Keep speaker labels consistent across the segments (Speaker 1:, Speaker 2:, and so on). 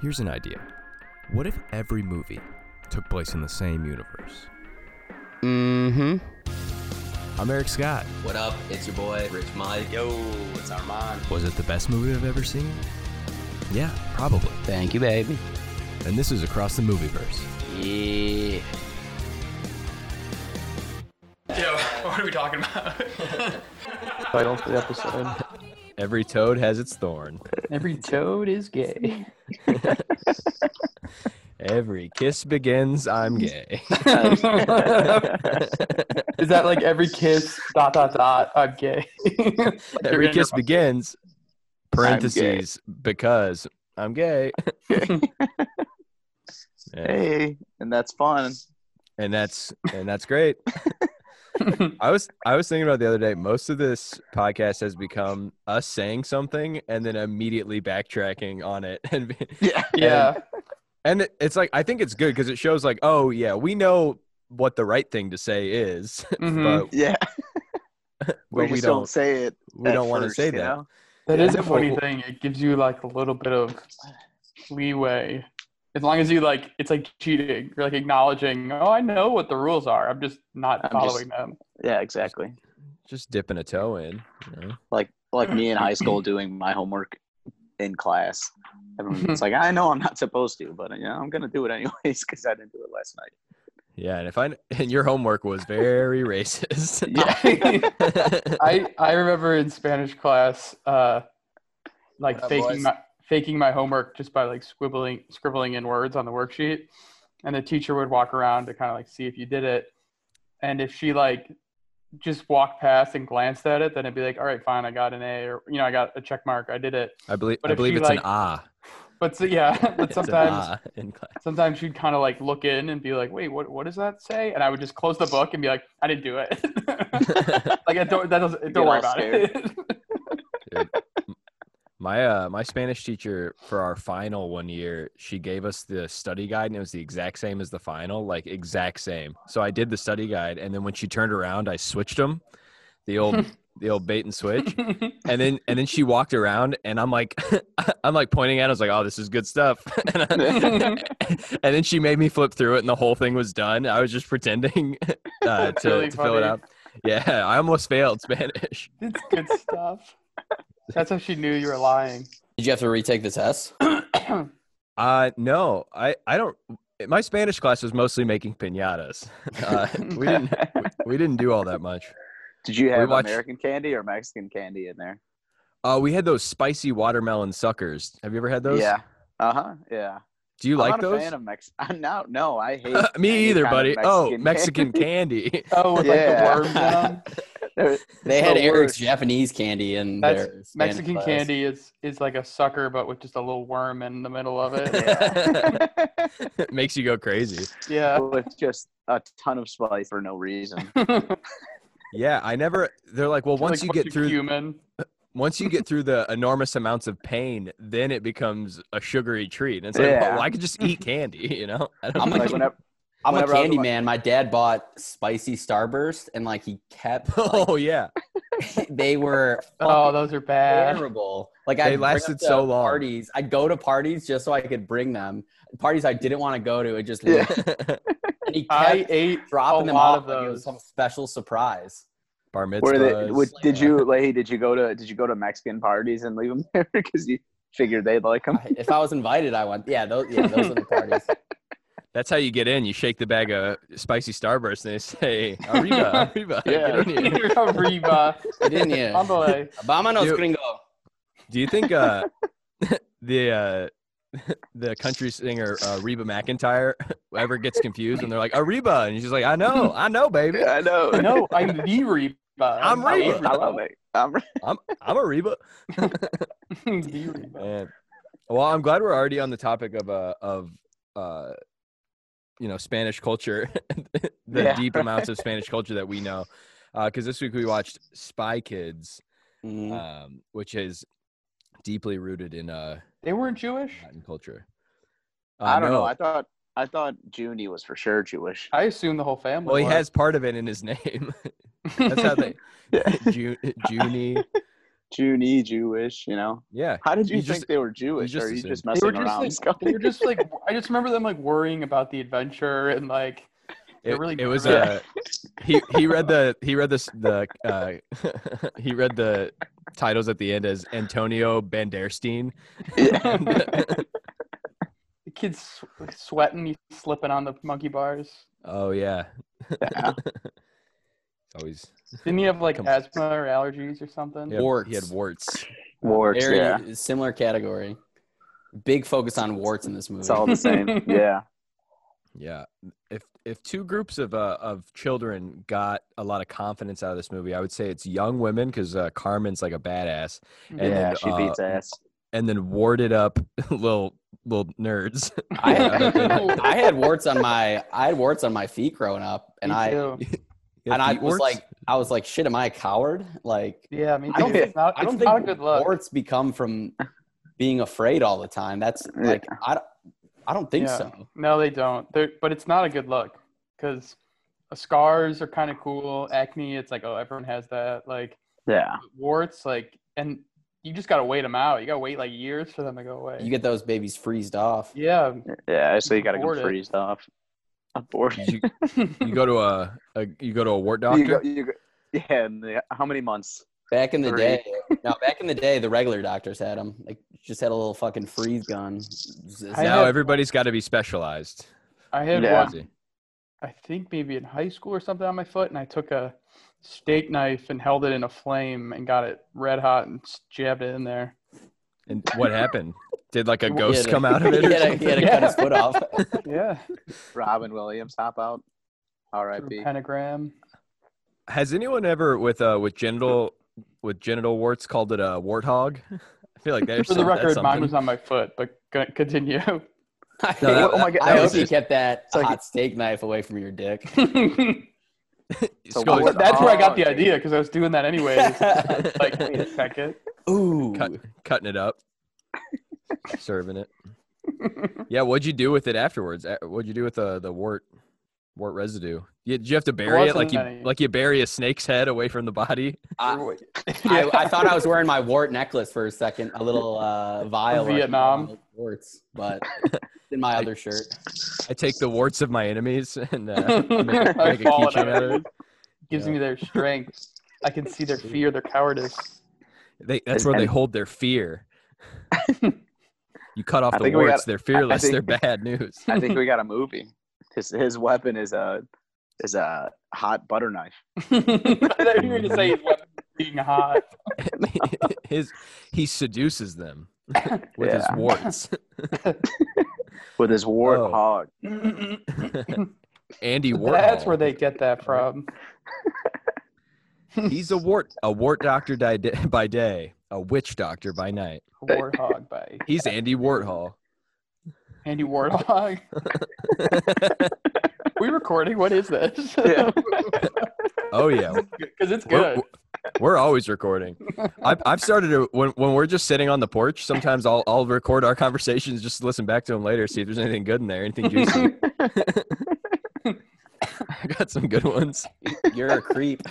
Speaker 1: Here's an idea. What if every movie took place in the same universe?
Speaker 2: Mm-hmm.
Speaker 1: I'm Eric Scott.
Speaker 3: What up? It's your boy, Rich Mike.
Speaker 4: Yo, it's Armand.
Speaker 1: Was it the best movie I've ever seen? Yeah, probably.
Speaker 2: Thank you, baby.
Speaker 1: And this is Across the Movieverse.
Speaker 2: Yeah.
Speaker 5: Yo, what are we talking about?
Speaker 6: title for the episode.
Speaker 4: Every toad has its thorn.
Speaker 6: Every toad is gay.
Speaker 4: Every kiss begins, I'm gay.
Speaker 6: Is that like every kiss? Dot dot dot. I'm gay.
Speaker 4: Every kiss begins, parentheses, because I'm gay. Yeah,
Speaker 7: Hey, and that's fun.
Speaker 4: And that's and that's great. I was I was thinking about the other day, most of this podcast has become us saying something and then immediately backtracking on it and be-
Speaker 7: Yeah.
Speaker 6: yeah.
Speaker 4: And it- it's like I think it's good because it shows like, oh yeah, we know what the right thing to say is,
Speaker 6: Mhm.
Speaker 4: but,
Speaker 7: Yeah.
Speaker 4: but
Speaker 7: We
Speaker 4: we
Speaker 7: just don't,
Speaker 4: don't
Speaker 7: say it.
Speaker 4: we don't want to say that.
Speaker 6: That
Speaker 4: Yeah.
Speaker 6: is a funny thing. It gives you like a little bit of leeway. As long as you like, it's like cheating. You're like acknowledging, oh, I know what the rules are. I'm just not
Speaker 7: I'm just-
Speaker 6: following them.
Speaker 7: Yeah, exactly.
Speaker 4: Just dipping a toe in. you know?
Speaker 7: Like like me in high school doing my homework in class. Everyone's like, I know I'm not supposed to, but you know, I'm gonna do it anyways because I didn't do it last night.
Speaker 4: Yeah, and if I and your homework was very racist.
Speaker 6: Yeah. I I remember in Spanish class, uh, like
Speaker 7: That
Speaker 6: faking
Speaker 7: was-
Speaker 6: my, faking my homework just by like scribbling scribbling in words on the worksheet, and the teacher would walk around to kind of like see if you did it, and if she like just walked past and glanced at it, then it'd be like, all right, fine, I got an A, or you know, I got a check mark, I did it.
Speaker 4: I believe
Speaker 6: But
Speaker 4: I
Speaker 6: if
Speaker 4: believe
Speaker 6: you,
Speaker 4: it's an
Speaker 6: like,
Speaker 4: ah.
Speaker 6: But so, yeah, but
Speaker 4: It's an
Speaker 6: sometimes
Speaker 4: ah in class.
Speaker 6: sometimes she'd kind of like look in and be like, wait, what what does that say? And I would just close the book and be like, I didn't do it. like I don't that doesn't
Speaker 7: all
Speaker 6: don't worry about it.
Speaker 4: My uh my Spanish teacher for our final one year, she gave us the study guide and it was the exact same as the final, like exact same. So I did the study guide and then when she turned around, I switched them. The old the old bait and switch. And then and then she walked around and I'm like I'm like pointing at it, I was like, "Oh, this is good stuff." and, I- and then she made me flip through it and the whole thing was done. I was just pretending uh,
Speaker 6: That's
Speaker 4: to,
Speaker 6: really
Speaker 4: to fill it
Speaker 6: funny.
Speaker 4: out. Yeah, I almost failed Spanish.
Speaker 6: It's good stuff. That's how she knew you were lying.
Speaker 2: Did you have to retake the test?
Speaker 4: Uh, no, I, I don't. My Spanish class was mostly making pinatas. Uh, we didn't we didn't do all that much.
Speaker 7: Did you have
Speaker 4: watched-
Speaker 7: American candy or Mexican candy in there?
Speaker 4: Uh, we had those spicy watermelon suckers. Have you ever had those?
Speaker 7: Yeah. Uh huh. Yeah.
Speaker 4: Do you
Speaker 7: I'm
Speaker 4: like
Speaker 7: not
Speaker 4: those?
Speaker 7: a fan of Mex- I'm not. No, I hate.
Speaker 4: Me
Speaker 7: any
Speaker 4: either,
Speaker 7: kind of
Speaker 4: buddy. oh,
Speaker 7: candy.
Speaker 4: Mexican candy.
Speaker 6: Oh, with
Speaker 7: Yeah.
Speaker 6: like the worms in 'em?
Speaker 7: They're-
Speaker 2: They had
Speaker 7: the
Speaker 2: Eric's
Speaker 7: worst.
Speaker 2: Japanese candy in
Speaker 6: That's
Speaker 2: their Spanish
Speaker 6: Mexican
Speaker 2: class.
Speaker 6: candy is is like a sucker, but with just a little worm in the middle of it.
Speaker 4: Oh, Makes you go crazy.
Speaker 6: Yeah.
Speaker 7: with just a ton of spice for no reason.
Speaker 4: Yeah, I never. They're like, well, once
Speaker 6: Like,
Speaker 4: you get through,
Speaker 6: human,
Speaker 4: once you get through the enormous amounts of pain, then it becomes a sugary treat. And it's like,
Speaker 7: Yeah.
Speaker 4: well, I could just eat candy, you know? I don't
Speaker 2: I'm
Speaker 7: like
Speaker 2: a,
Speaker 7: whenever,
Speaker 2: am a
Speaker 7: whenever I was
Speaker 2: candy
Speaker 7: like-
Speaker 2: man. My dad bought spicy Starburst, and like he kept.
Speaker 4: oh yeah.
Speaker 2: they were
Speaker 6: oh, those are bad.
Speaker 2: terrible. Like
Speaker 4: They
Speaker 2: I
Speaker 4: lasted so long.
Speaker 2: Parties. I'd go to parties just so I could bring them. Parties I didn't want to go to. It just
Speaker 7: Yeah.
Speaker 2: and he kept
Speaker 6: I ate
Speaker 2: dropping
Speaker 6: a
Speaker 2: them
Speaker 6: lot
Speaker 2: off.
Speaker 6: of
Speaker 2: Like it
Speaker 6: those.
Speaker 2: was some special surprise.
Speaker 4: Bar mitzvahs.
Speaker 7: Were they, would, did
Speaker 2: yeah.
Speaker 7: you, Leahy? Did you go to did you go to Mexican parties and leave them there because you figured they'd like them?
Speaker 2: I- if I was invited, I went. Yeah, those. Yeah, those are the parties.
Speaker 4: That's how you get in. You shake the bag of spicy Starburst and they say, Arriba, Arriba. get in here."
Speaker 6: Arriba,
Speaker 2: I didn't yeah.
Speaker 6: Ándale.
Speaker 2: Vámonos,
Speaker 4: You-
Speaker 2: gringo.
Speaker 4: Do you think uh, the uh, the country singer uh, Reba McIntyre ever gets confused and they're like, Arriba? And she's like, I know, I know, baby.
Speaker 7: I know.
Speaker 6: No, I'm the Reba.
Speaker 4: I'm
Speaker 7: I
Speaker 4: Reba.
Speaker 7: love, I love it. I'm,
Speaker 4: I'm, I'm Arriba.
Speaker 6: the Reba.
Speaker 4: Man. Well, I'm glad we're already on the topic of, uh, of uh, you know, Spanish culture, the
Speaker 7: Yeah.
Speaker 4: deep amounts of Spanish culture that we know. Because this week we watched Spy Kids.
Speaker 2: Mhm.
Speaker 7: Mm-hmm.
Speaker 4: um, which is deeply rooted in uh,
Speaker 6: They weren't Jewish.
Speaker 4: Latin culture. Uh,
Speaker 7: I don't
Speaker 4: no.
Speaker 7: know. I thought I thought Junie was for sure Jewish.
Speaker 6: I assume the whole family.
Speaker 4: well, he
Speaker 6: was.
Speaker 4: has part of it in his name. That's how they. Ju- Junie,
Speaker 7: Jew knee, Jewish, you know.
Speaker 4: Yeah.
Speaker 7: How did you,
Speaker 4: You
Speaker 7: think
Speaker 4: just-
Speaker 7: they were Jewish?
Speaker 4: just
Speaker 7: or are you
Speaker 4: assumed.
Speaker 7: just
Speaker 6: They
Speaker 7: messing
Speaker 6: were
Speaker 7: around?
Speaker 6: just like they were just like I just remember them like worrying about the adventure and like They're
Speaker 4: It,
Speaker 6: really
Speaker 4: it was
Speaker 6: good.
Speaker 4: uh he he read the he read this the uh he read the titles at the end as Antonio Banderstein. uh,
Speaker 7: Yeah.
Speaker 6: the kids sw- sweating, he's slipping on the monkey bars.
Speaker 4: oh yeah.
Speaker 7: Yeah.
Speaker 4: It's Always
Speaker 6: Didn't he have like
Speaker 4: Come on.
Speaker 6: asthma or allergies or something?
Speaker 4: he had,
Speaker 2: Warts.
Speaker 4: He had warts.
Speaker 7: Warts,
Speaker 2: Very
Speaker 7: yeah.
Speaker 2: similar category. Big focus on warts in this movie.
Speaker 7: It's all the same. Yeah.
Speaker 4: Yeah. If if two groups of uh, of children got a lot of confidence out of this movie, I would say it's young women because uh, Carmen's like a badass, and
Speaker 7: yeah,
Speaker 4: then,
Speaker 7: she
Speaker 4: uh,
Speaker 7: beats ass.
Speaker 4: and then warded up little little nerds.
Speaker 2: I had,
Speaker 6: Yeah.
Speaker 2: I had warts on my I had warts on my feet growing up, and
Speaker 6: me
Speaker 2: I
Speaker 6: too.
Speaker 4: You have
Speaker 2: and I
Speaker 4: feet
Speaker 2: was
Speaker 4: warts?
Speaker 2: like I was like shit. Am I a coward? Like
Speaker 6: Yeah, me too.
Speaker 7: I don't think-
Speaker 6: it's not,
Speaker 2: I don't
Speaker 6: it's not a
Speaker 2: think
Speaker 6: good look.
Speaker 2: warts become from being afraid all the time. That's
Speaker 7: Yeah.
Speaker 2: like I don't I don't think
Speaker 6: Yeah.
Speaker 2: so.
Speaker 6: No, they don't. They're, but it's not a good look because scars are kind of cool. Acne, it's like oh, everyone has that. Like
Speaker 7: Yeah.
Speaker 6: warts, like and you just gotta wait them out. You gotta wait like years for them to go away.
Speaker 2: You get those babies freezed off.
Speaker 6: yeah,
Speaker 7: Yeah, so you gotta
Speaker 6: Abort
Speaker 7: go
Speaker 6: it.
Speaker 7: freeze off. Abort.
Speaker 4: Did you, you go to a, a you go to a wart doctor.
Speaker 7: You go, you go, yeah, and the, how many months?
Speaker 2: Back in the
Speaker 7: Three.
Speaker 2: day, no, back in the day, the regular doctors had them. Like just had a little fucking freeze gun. Is
Speaker 6: I
Speaker 2: that-
Speaker 4: now
Speaker 6: had-
Speaker 4: everybody's got to be specialized.
Speaker 6: I had
Speaker 7: Yeah.
Speaker 6: one. I think maybe in high school or something on my foot, and I took a steak knife and held it in a flame and got it red hot and s- jabbed it in there.
Speaker 4: And what happened? Did like a
Speaker 2: He
Speaker 4: ghost
Speaker 2: had a-
Speaker 4: come out of it?
Speaker 2: He
Speaker 4: Or
Speaker 2: had a- he
Speaker 4: something?
Speaker 2: had to cut his foot off.
Speaker 6: Yeah,
Speaker 7: Robin Williams, hop out. R.I.P.
Speaker 6: pentagram.
Speaker 4: Has anyone ever with uh with genital with genital warts called it a warthog? I feel like there's
Speaker 6: For the
Speaker 4: some- that's
Speaker 6: record, mine
Speaker 4: something.
Speaker 6: was on my foot, but go- continue.
Speaker 4: No, that-
Speaker 7: oh my God,
Speaker 2: I
Speaker 7: that
Speaker 2: hope
Speaker 7: was
Speaker 2: you
Speaker 7: just-
Speaker 2: kept that
Speaker 7: like-
Speaker 2: hot steak knife away from your dick.
Speaker 7: So
Speaker 4: Scully,
Speaker 7: what-
Speaker 6: That's where I got the
Speaker 7: Oh,
Speaker 6: idea because I was doing that anyways. like, wait a second.
Speaker 2: Ooh,
Speaker 4: Cut. cutting it up, serving it. Yeah, what'd you do with it afterwards? A- What'd you do with the the wart wart residue? You, did you have to bury it like
Speaker 6: wasn't
Speaker 4: you
Speaker 6: any.
Speaker 4: like you bury a snake's head away from the body?
Speaker 2: I,
Speaker 6: Yeah.
Speaker 2: I, I thought I was wearing my wart necklace for a second, a little uh, vial where I keep all
Speaker 6: Vietnam.
Speaker 2: my warts, but in my other shirt.
Speaker 4: I take the warts of my enemies and uh, make,
Speaker 6: I
Speaker 4: make a
Speaker 6: fall
Speaker 4: keychain out of it.
Speaker 6: Gives
Speaker 4: Yeah.
Speaker 6: me their strength. I can see their fear, their cowardice.
Speaker 4: They, that's where they
Speaker 7: And-
Speaker 4: hold their fear. you cut off
Speaker 7: I
Speaker 4: the
Speaker 7: think we
Speaker 4: warts.
Speaker 7: got-
Speaker 4: they're fearless.
Speaker 7: think-
Speaker 4: they're bad news.
Speaker 7: I think we got a movie. His his weapon is a is a hot butter knife.
Speaker 6: I thought you were going to say his weapon being hot.
Speaker 4: his he seduces them with his
Speaker 7: Yeah.
Speaker 4: warts.
Speaker 7: with his wart
Speaker 4: Oh.
Speaker 7: hog.
Speaker 4: Andy Warhol.
Speaker 6: That's where they get that from.
Speaker 4: He's a wart a wart doctor di- by day, a witch doctor by night.
Speaker 6: Warthog by
Speaker 4: He's Andy Warhol.
Speaker 6: Andy Warthog. we recording? What is this?
Speaker 7: Yeah.
Speaker 4: Oh yeah,
Speaker 6: Because it's
Speaker 4: We're-
Speaker 6: good.
Speaker 4: we're always recording. I've, I've started to, when when we're just sitting on the porch. Sometimes I'll I'll record our conversations just to listen back to them later, see if there's anything good in there, anything juicy. I got some good ones.
Speaker 2: You're a creep.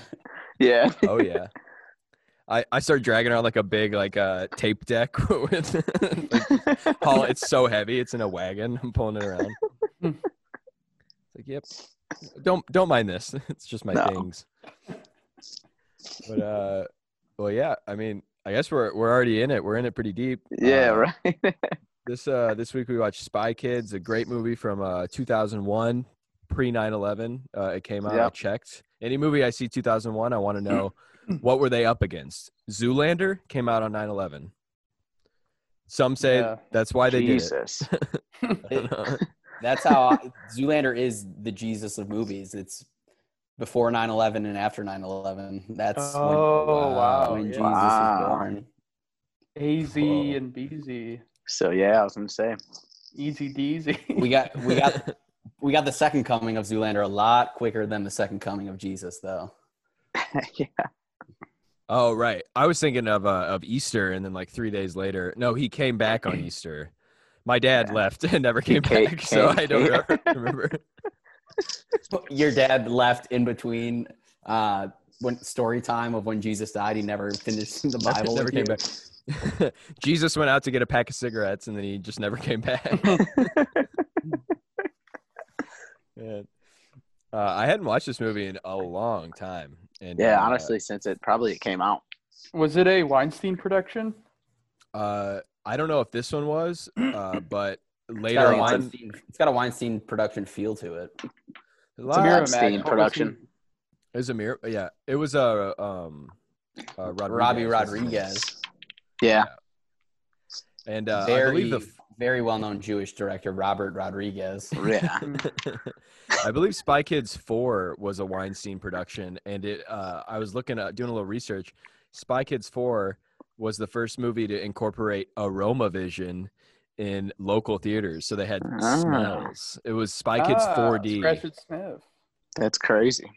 Speaker 7: Yeah.
Speaker 4: Oh yeah. I, I start dragging around like a big like uh, tape deck with like, haul- it's so heavy it's in a wagon I'm pulling it around. it's like yep. Don't don't mind this. It's just my
Speaker 7: No.
Speaker 4: things. But uh well yeah, I mean I guess we're we're already in it. We're in it pretty deep.
Speaker 7: Yeah,
Speaker 4: Uh,
Speaker 7: right.
Speaker 4: This uh this week we watched Spy Kids, a great movie from uh 2001, pre 9/11. Uh, it came out. I
Speaker 7: Yep.
Speaker 4: checked. Any movie I see 2001, I want to know what were they up against. Zoolander came out on 9/11. Some say
Speaker 6: Yeah.
Speaker 4: that's why they
Speaker 7: Jesus.
Speaker 4: did it. I don't know.
Speaker 2: That's how I, Zoolander is the Jesus of movies. It's before 9/11 and after 9/11. That's uh,
Speaker 6: Oh, wow.
Speaker 2: when, when Jesus
Speaker 6: yeah.
Speaker 2: is
Speaker 7: Wow.
Speaker 2: born.
Speaker 6: AZ
Speaker 4: Whoa.
Speaker 6: and BZ.
Speaker 7: so yeah, I was gonna say.
Speaker 6: Easy Deezy.
Speaker 2: We got we got we got the second coming of Zoolander a lot quicker than the second coming of Jesus, though.
Speaker 7: yeah.
Speaker 4: oh right, I was thinking of uh, of Easter, and then like three days later, no, he came back on Easter. My dad
Speaker 7: Yeah.
Speaker 4: left and never
Speaker 7: He
Speaker 4: came
Speaker 7: ca-
Speaker 4: back, so
Speaker 7: came-
Speaker 4: I don't remember- remember.
Speaker 2: Your dad left in between uh, when story time of when Jesus died, he never finished the Bible.
Speaker 4: never
Speaker 2: with
Speaker 4: came
Speaker 2: you.
Speaker 4: back. Jesus went out to get a pack of cigarettes and then he just never came back. Yeah. Uh, I hadn't watched this movie in a long time. And
Speaker 7: Yeah,
Speaker 4: uh,
Speaker 7: honestly, since it probably it came out.
Speaker 6: Was it a Weinstein production?
Speaker 4: uh, I don't know if this one was, uh, but
Speaker 2: It's
Speaker 4: later
Speaker 2: got, a
Speaker 4: on,
Speaker 2: Weinstein, it's got a Weinstein production feel to it.
Speaker 4: a
Speaker 7: It's a
Speaker 4: lot,
Speaker 7: mirror-
Speaker 4: it
Speaker 7: Weinstein
Speaker 6: Mag- what was
Speaker 7: production.
Speaker 6: he-
Speaker 4: was a mirror. Yeah, it was a uh, um, uh,
Speaker 2: Robbie
Speaker 4: Rodriguez, wasn't it?
Speaker 2: Rodriguez,
Speaker 7: Yeah,
Speaker 4: and uh, I
Speaker 2: very
Speaker 4: believe the
Speaker 2: very well known Jewish director Robert Rodriguez.
Speaker 7: yeah.
Speaker 4: I believe Spy Kids 4 was a Weinstein production, and it. Uh, I was looking at doing a little research. Spy Kids 4 was the first movie to incorporate aroma vision in local theaters, so they had
Speaker 7: Ah.
Speaker 4: smells. It was Spy Kids
Speaker 6: Ah,
Speaker 4: 4D.
Speaker 6: Scratch and sniff.
Speaker 7: That's crazy.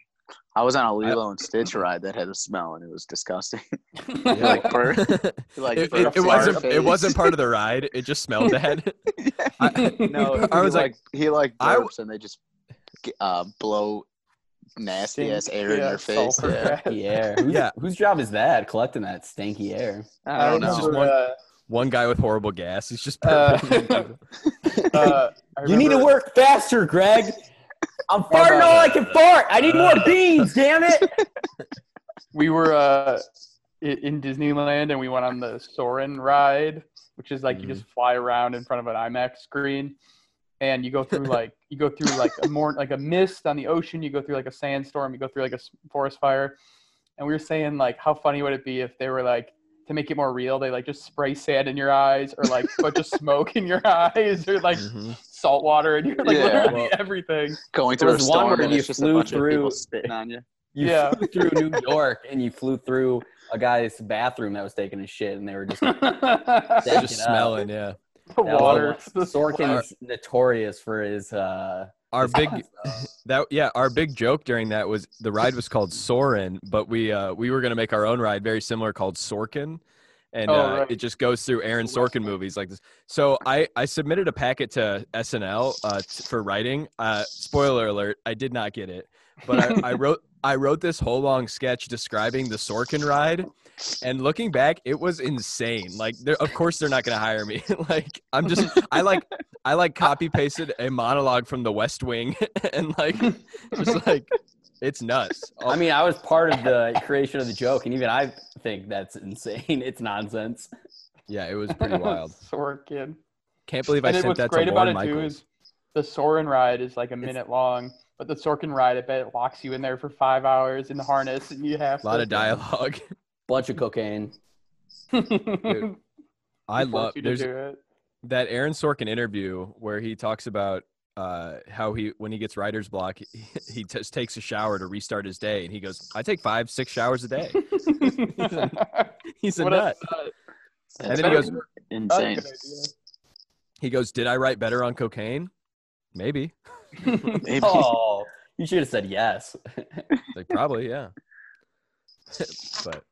Speaker 7: I was on a Lilo and Stitch ride that had a smell, and it was disgusting.
Speaker 4: Yeah.
Speaker 7: like fur, like
Speaker 4: it,
Speaker 7: fur
Speaker 4: it- it wasn't.
Speaker 7: fur
Speaker 4: It wasn't
Speaker 7: face.
Speaker 4: part of the ride. It just smelled bad. I-
Speaker 7: no,
Speaker 4: I
Speaker 7: he
Speaker 4: was like-
Speaker 7: like, he like
Speaker 4: I w-
Speaker 7: burps, and they just g- uh, blow nasty ass
Speaker 6: Stink-
Speaker 7: air in
Speaker 6: yeah,
Speaker 7: their face.
Speaker 6: sulfur
Speaker 7: Yeah.
Speaker 6: gas.
Speaker 2: Yeah, who's,
Speaker 4: Yeah.
Speaker 2: whose job is that? Collecting that stanky air.
Speaker 7: I don't
Speaker 4: It's just
Speaker 7: know.
Speaker 4: one-
Speaker 6: uh,
Speaker 4: One guy with horrible gas. He's just.
Speaker 6: Uh,
Speaker 4: purple.
Speaker 6: uh, I
Speaker 2: You need to
Speaker 6: remember-
Speaker 2: work faster, Greg. I'm farting
Speaker 6: about
Speaker 2: all I can fart. I need more beans, damn it.
Speaker 6: we were uh, i- in Disneyland and we went on the Soren ride, which is like
Speaker 4: Mm-hmm.
Speaker 6: you just fly around in front of an IMAX screen, and you go through like you go through like a more like a mist on the ocean. You go through like a sandstorm. You go through like a s- forest fire, and we were saying like how funny would it be if they were like to make it more real, they like just spray sand in your eyes or like put just smoke in your eyes or like
Speaker 4: Mhm.
Speaker 6: salt water and you're like
Speaker 7: Yeah.
Speaker 6: literally
Speaker 4: Well-
Speaker 6: everything.
Speaker 7: Going
Speaker 2: There
Speaker 7: through a
Speaker 2: was one
Speaker 7: storm,
Speaker 2: where
Speaker 7: and
Speaker 2: you
Speaker 7: it's just a
Speaker 2: flew
Speaker 7: bunch of
Speaker 2: through-
Speaker 7: people spitting on you.
Speaker 2: You
Speaker 6: Yeah.
Speaker 2: flew through New York and you flew through a guy's bathroom that was taking a shit and they were just
Speaker 6: the
Speaker 2: Back
Speaker 4: just
Speaker 2: it up.
Speaker 4: smelling. Yeah.
Speaker 6: water.
Speaker 2: Sorkin's notorious for his uh
Speaker 4: Our
Speaker 2: his
Speaker 4: big.
Speaker 2: hot stuff.
Speaker 4: That yeah, our big joke during that was the ride was called Soren, but we uh, we were gonna make our own ride very similar called Sorkin, and
Speaker 6: Oh,
Speaker 4: uh,
Speaker 6: right.
Speaker 4: it just goes through Aaron Sorkin movies like this. So I I submitted a packet to SNL uh, t- for writing. Uh, spoiler alert, I did not get it, but I, I wrote I wrote this whole long sketch describing the Sorkin ride, and looking back, it was insane. Like, they're, of course they're not gonna hire me. like I'm just I like I like copy pasted a monologue from The West Wing and like just like it's nuts. Oh,
Speaker 2: I mean, I was part of the creation of the joke, and even I think that's insane. It's nonsense.
Speaker 4: Yeah, it was pretty wild.
Speaker 6: Sorkin.
Speaker 4: Can't believe I
Speaker 6: And it,
Speaker 4: sent
Speaker 6: what's
Speaker 4: that
Speaker 6: great
Speaker 4: to
Speaker 6: about
Speaker 4: Lauren
Speaker 6: it too
Speaker 4: Michaels.
Speaker 6: is the Soren ride is like a
Speaker 2: It's-
Speaker 6: minute long, but the Sorkin ride, I bet it locks you in there for five hours in the harness, and you have
Speaker 4: A lot
Speaker 6: to-
Speaker 4: of dialogue.
Speaker 2: Bunch of cocaine.
Speaker 6: They
Speaker 4: I
Speaker 6: force
Speaker 4: love
Speaker 6: you to
Speaker 4: there's
Speaker 6: do it.
Speaker 4: that Aaron Sorkin interview where he talks about uh, how he when he gets writer's block, he, he just takes a shower to restart his day, and he goes, "I take five, six showers a day." He's a
Speaker 6: What
Speaker 4: nut.
Speaker 6: nut.
Speaker 4: And
Speaker 7: That's
Speaker 4: then he goes, "Oh,
Speaker 6: That's a
Speaker 7: insane.
Speaker 6: good
Speaker 4: he goes, "Did I write better on cocaine? Maybe,
Speaker 7: Maybe.
Speaker 2: Oh, you should have said yes.
Speaker 4: like probably, yeah." but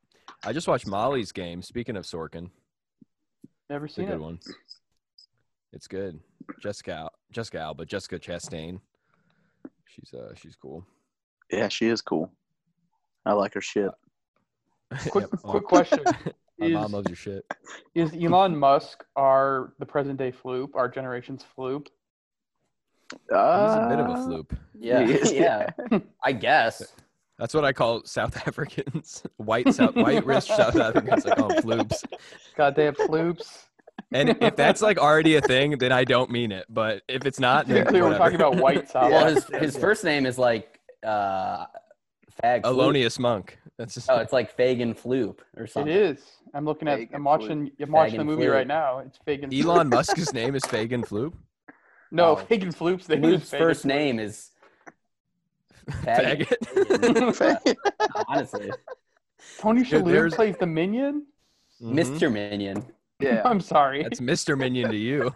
Speaker 4: I just watched Molly's game. Speaking of Sorkin,
Speaker 6: Never
Speaker 4: it's a
Speaker 6: seen
Speaker 4: good
Speaker 6: it.
Speaker 4: one. It's good. Jessica, Al- Jessica Alba, Jessica Chastain. She's uh, she's cool.
Speaker 7: Yeah, she is cool. I like her shit.
Speaker 6: Quick,
Speaker 4: Yep.
Speaker 6: quick question:
Speaker 4: My mom
Speaker 6: is,
Speaker 4: loves your shit.
Speaker 6: is Elon Musk our the present day Floop, our generation's Floop?
Speaker 4: He's a bit of a
Speaker 7: Uh,
Speaker 4: floop.
Speaker 2: Yeah,
Speaker 7: Yes.
Speaker 2: yeah. I guess.
Speaker 4: That's what I call South Africans, white South, white rich South Africans. Like, oh, floops.
Speaker 6: Goddamn Floops!
Speaker 4: And if that's like already a thing, then I don't mean it. But if it's not,
Speaker 6: To be
Speaker 4: then
Speaker 6: clear, we're
Speaker 4: whatever.
Speaker 6: talking about white South.
Speaker 2: Well, his his first name is like uh, Fag. Floop.
Speaker 4: Elonious Monk. That's just,
Speaker 2: Oh, it's like Fagan Floop or
Speaker 6: It
Speaker 2: something.
Speaker 6: is. I'm looking at.
Speaker 7: Fagin
Speaker 6: I'm watching. I'm watching the
Speaker 2: Fagin
Speaker 6: movie
Speaker 2: Floop.
Speaker 6: right now. It's Fagin. Floop.
Speaker 4: Elon Musk's name is Fagan Floop.
Speaker 6: No,
Speaker 2: Oh.
Speaker 6: Fagin Floop's name is
Speaker 2: Floop's
Speaker 6: Fagin
Speaker 2: first
Speaker 6: Floop.
Speaker 2: name is Faggot.
Speaker 4: Faggot.
Speaker 7: Ah.
Speaker 2: Honestly,
Speaker 6: Tony
Speaker 4: Dude,
Speaker 6: Shalhoub
Speaker 4: there's-
Speaker 6: plays the minion.
Speaker 4: Mhm.
Speaker 2: Mr. Minion.
Speaker 7: yeah.
Speaker 6: I'm sorry.
Speaker 4: That's Mr. Minion to you.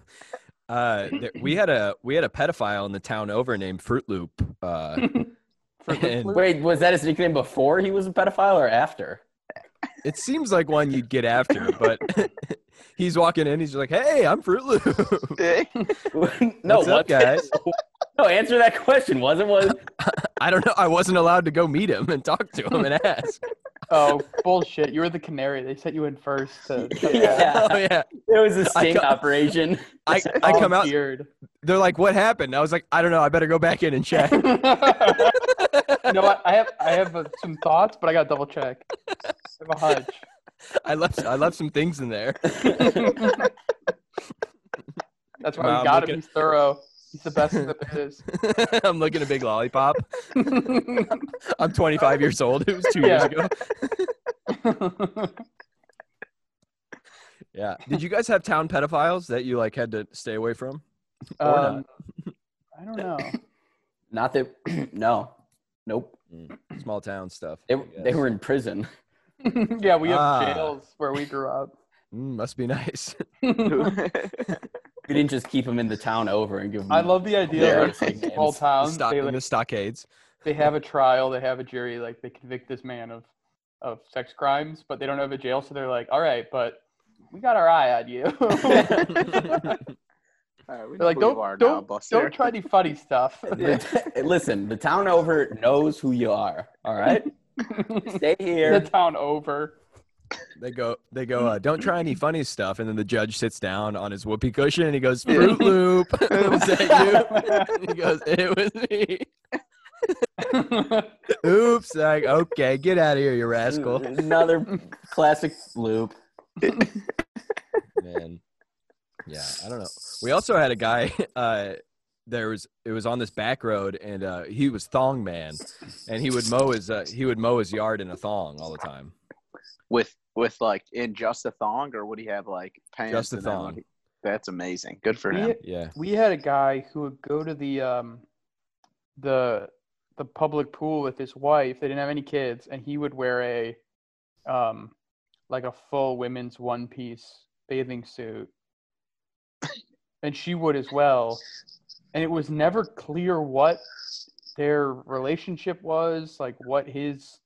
Speaker 4: Uh, there, we had a we had a pedophile in the town over named Fruit Loop. Uh,
Speaker 6: Fagin
Speaker 4: and-
Speaker 6: Floop.
Speaker 2: Wait, was that his nickname before he was a pedophile or after?
Speaker 4: it seems like one you'd get after, but he's walking in. He's like, "Hey, I'm Fruit Loop."
Speaker 7: Yeah.
Speaker 2: no,
Speaker 4: What's up,
Speaker 2: what's it-
Speaker 4: guys?
Speaker 2: No, No, answer that question. Was it was
Speaker 4: I don't know. I wasn't allowed to go meet him and talk to him and ask.
Speaker 6: Oh bullshit! You were the canary. They sent you in first. To,
Speaker 2: Yeah.
Speaker 4: Oh yeah.
Speaker 2: it was a
Speaker 4: I
Speaker 2: sting
Speaker 4: co-
Speaker 2: operation.
Speaker 4: I, I come out.
Speaker 6: Volunteered.
Speaker 4: They're like, "What happened?" I was like, "I don't know. I better go back in and check."
Speaker 6: you know what? I have I have uh, some thoughts, but I got to double check. I have a hunch.
Speaker 4: I left. I left some things in there.
Speaker 6: That's
Speaker 4: Wow,
Speaker 6: why we
Speaker 4: I'm
Speaker 6: got him.
Speaker 4: looking-
Speaker 6: He's thorough. He's the best that there is.
Speaker 4: I'm looking at Big Lollipop. I'm 25 years old. It was two years
Speaker 6: Yeah.
Speaker 4: ago. Yeah. Did you guys have town pedophiles that you like had to stay away from? not.
Speaker 6: um, I don't know.
Speaker 2: Not that no. Nope.
Speaker 4: Small town stuff.
Speaker 2: They,
Speaker 4: I
Speaker 2: they
Speaker 4: guess.
Speaker 2: were in prison.
Speaker 6: yeah, we have
Speaker 4: Ah.
Speaker 6: jails where we grew up.
Speaker 4: Mm, must be nice.
Speaker 2: We didn't just keep them in the town over and give them
Speaker 6: I love the idea
Speaker 7: Yeah.
Speaker 6: of like,
Speaker 2: Like
Speaker 6: this whole
Speaker 2: names.
Speaker 6: town.
Speaker 4: Stock
Speaker 6: they,
Speaker 4: in
Speaker 6: like,
Speaker 4: the stockades.
Speaker 6: they have a trial, they have a jury, like they convict this man of of sex crimes, but they don't have a jail, so they're like, all right, but we got our eye on you. they're like, don't don't don't try any funny stuff.
Speaker 2: The- Listen, the town over knows who you are. All right, stay
Speaker 6: the
Speaker 2: here.
Speaker 6: town over.
Speaker 4: They go. They go. Uh, Don't try any funny stuff. And then the judge sits down on his whoopee cushion and he goes, "Fruit Loop." was that you? And he goes, "It was me." Oops. Like, okay, get out of here, you rascal.
Speaker 2: Another classic loop.
Speaker 4: man yeah i don't know we also had a guy uh there was it was on this back road and uh he was thong man and he would mow his uh, he would mow his yard in a thong all the time
Speaker 7: with with like in just a thong, or would he have like pants?
Speaker 4: Just a
Speaker 7: and then,
Speaker 4: thong.
Speaker 7: like- that's amazing. Good for him.
Speaker 6: we,
Speaker 4: yeah
Speaker 6: we had a guy who would go to the um the the public pool with his wife. They didn't have any kids, and he would wear a um like a full women's one piece bathing suit. and she would as well. And it was never clear what their relationship was, like what his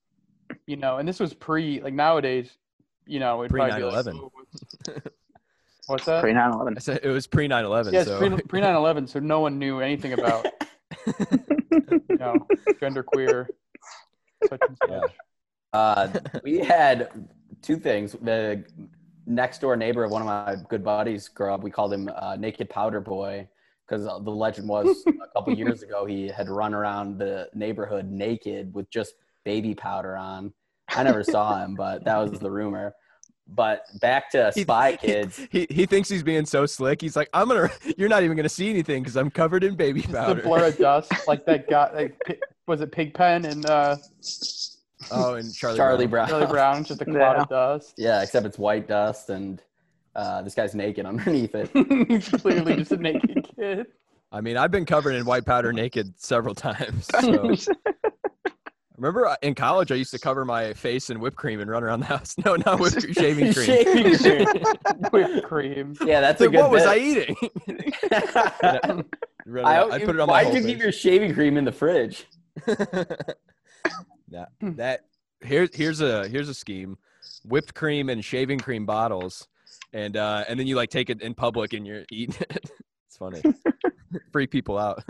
Speaker 6: you know, and this was pre like nowadays, you know, it'd
Speaker 4: Pre
Speaker 6: probably be
Speaker 4: 9/11.
Speaker 6: like, "Oh, what's- What's that?
Speaker 7: Pre 9/11.
Speaker 4: I said it was pre 9-11
Speaker 6: Yes,
Speaker 4: so
Speaker 6: pre pre nine eleven, so no one knew anything about you know gender queer. Such and such.
Speaker 4: Yeah.
Speaker 2: Uh, we had two things. The next door neighbor of one of my good buddies grew up. We called him uh, Naked Powder Boy because the legend was a couple years ago he had run around the neighborhood naked with just baby powder on. I never saw him, but that was the rumor. But back to
Speaker 4: He-
Speaker 2: Spy
Speaker 4: he-
Speaker 2: Kids.
Speaker 4: he, he thinks he's being so slick he's like i'm gonna you're not even gonna see anything because i'm covered in baby
Speaker 6: Just a
Speaker 4: powder
Speaker 6: blur of dust, like that guy. Like, Pi- was it Pigpen and uh,
Speaker 4: oh and charlie
Speaker 2: Charlie
Speaker 4: Brown.
Speaker 2: Brown.
Speaker 6: Charlie Brown? Just a cloud of dust.
Speaker 2: Yeah, except it's white dust and uh, this guy's naked underneath it.
Speaker 6: He's clearly just a naked kid.
Speaker 4: i mean i've been covered in white powder naked several times so uh, Remember uh, in college, I used to cover my face in whipped cream and run around the house. No, not whipped cream, shaving cream.
Speaker 2: Shaving cream.
Speaker 6: Whipped cream.
Speaker 2: Yeah, that's a
Speaker 4: Like,
Speaker 2: good
Speaker 4: what was I
Speaker 2: bit.
Speaker 4: eating?
Speaker 2: I?
Speaker 4: Run it out- I, put it on my
Speaker 2: Why'd
Speaker 4: whole
Speaker 2: you keep your shaving cream in the fridge?
Speaker 4: face. Nah, that here's here's a here's a scheme: whipped cream and shaving cream bottles, and uh, and then you like take it in public and you're eating it. It's funny. Freak people out.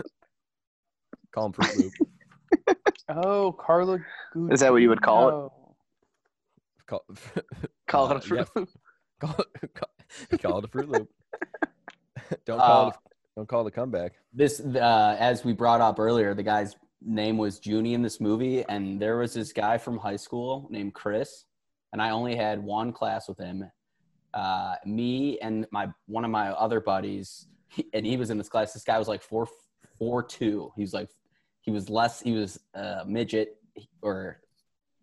Speaker 4: Call them Fruit Loop.
Speaker 6: Oh, Carla. Gugino.
Speaker 7: Is that what you would call it?
Speaker 4: Call,
Speaker 7: Call it
Speaker 4: Uh,
Speaker 7: a fruit.
Speaker 4: call, call, call it a Fruit Loop. don't call it.
Speaker 2: Uh,
Speaker 4: A, don't call it a comeback.
Speaker 2: This, uh, as we brought up earlier, the guy's name was Junie in this movie, and there was this guy from high school named Chris, and I only had one class with him. Uh, me and my one of my other buddies, he- and he was in this class. This guy was like four four two. He was like, he was less. He was a midget or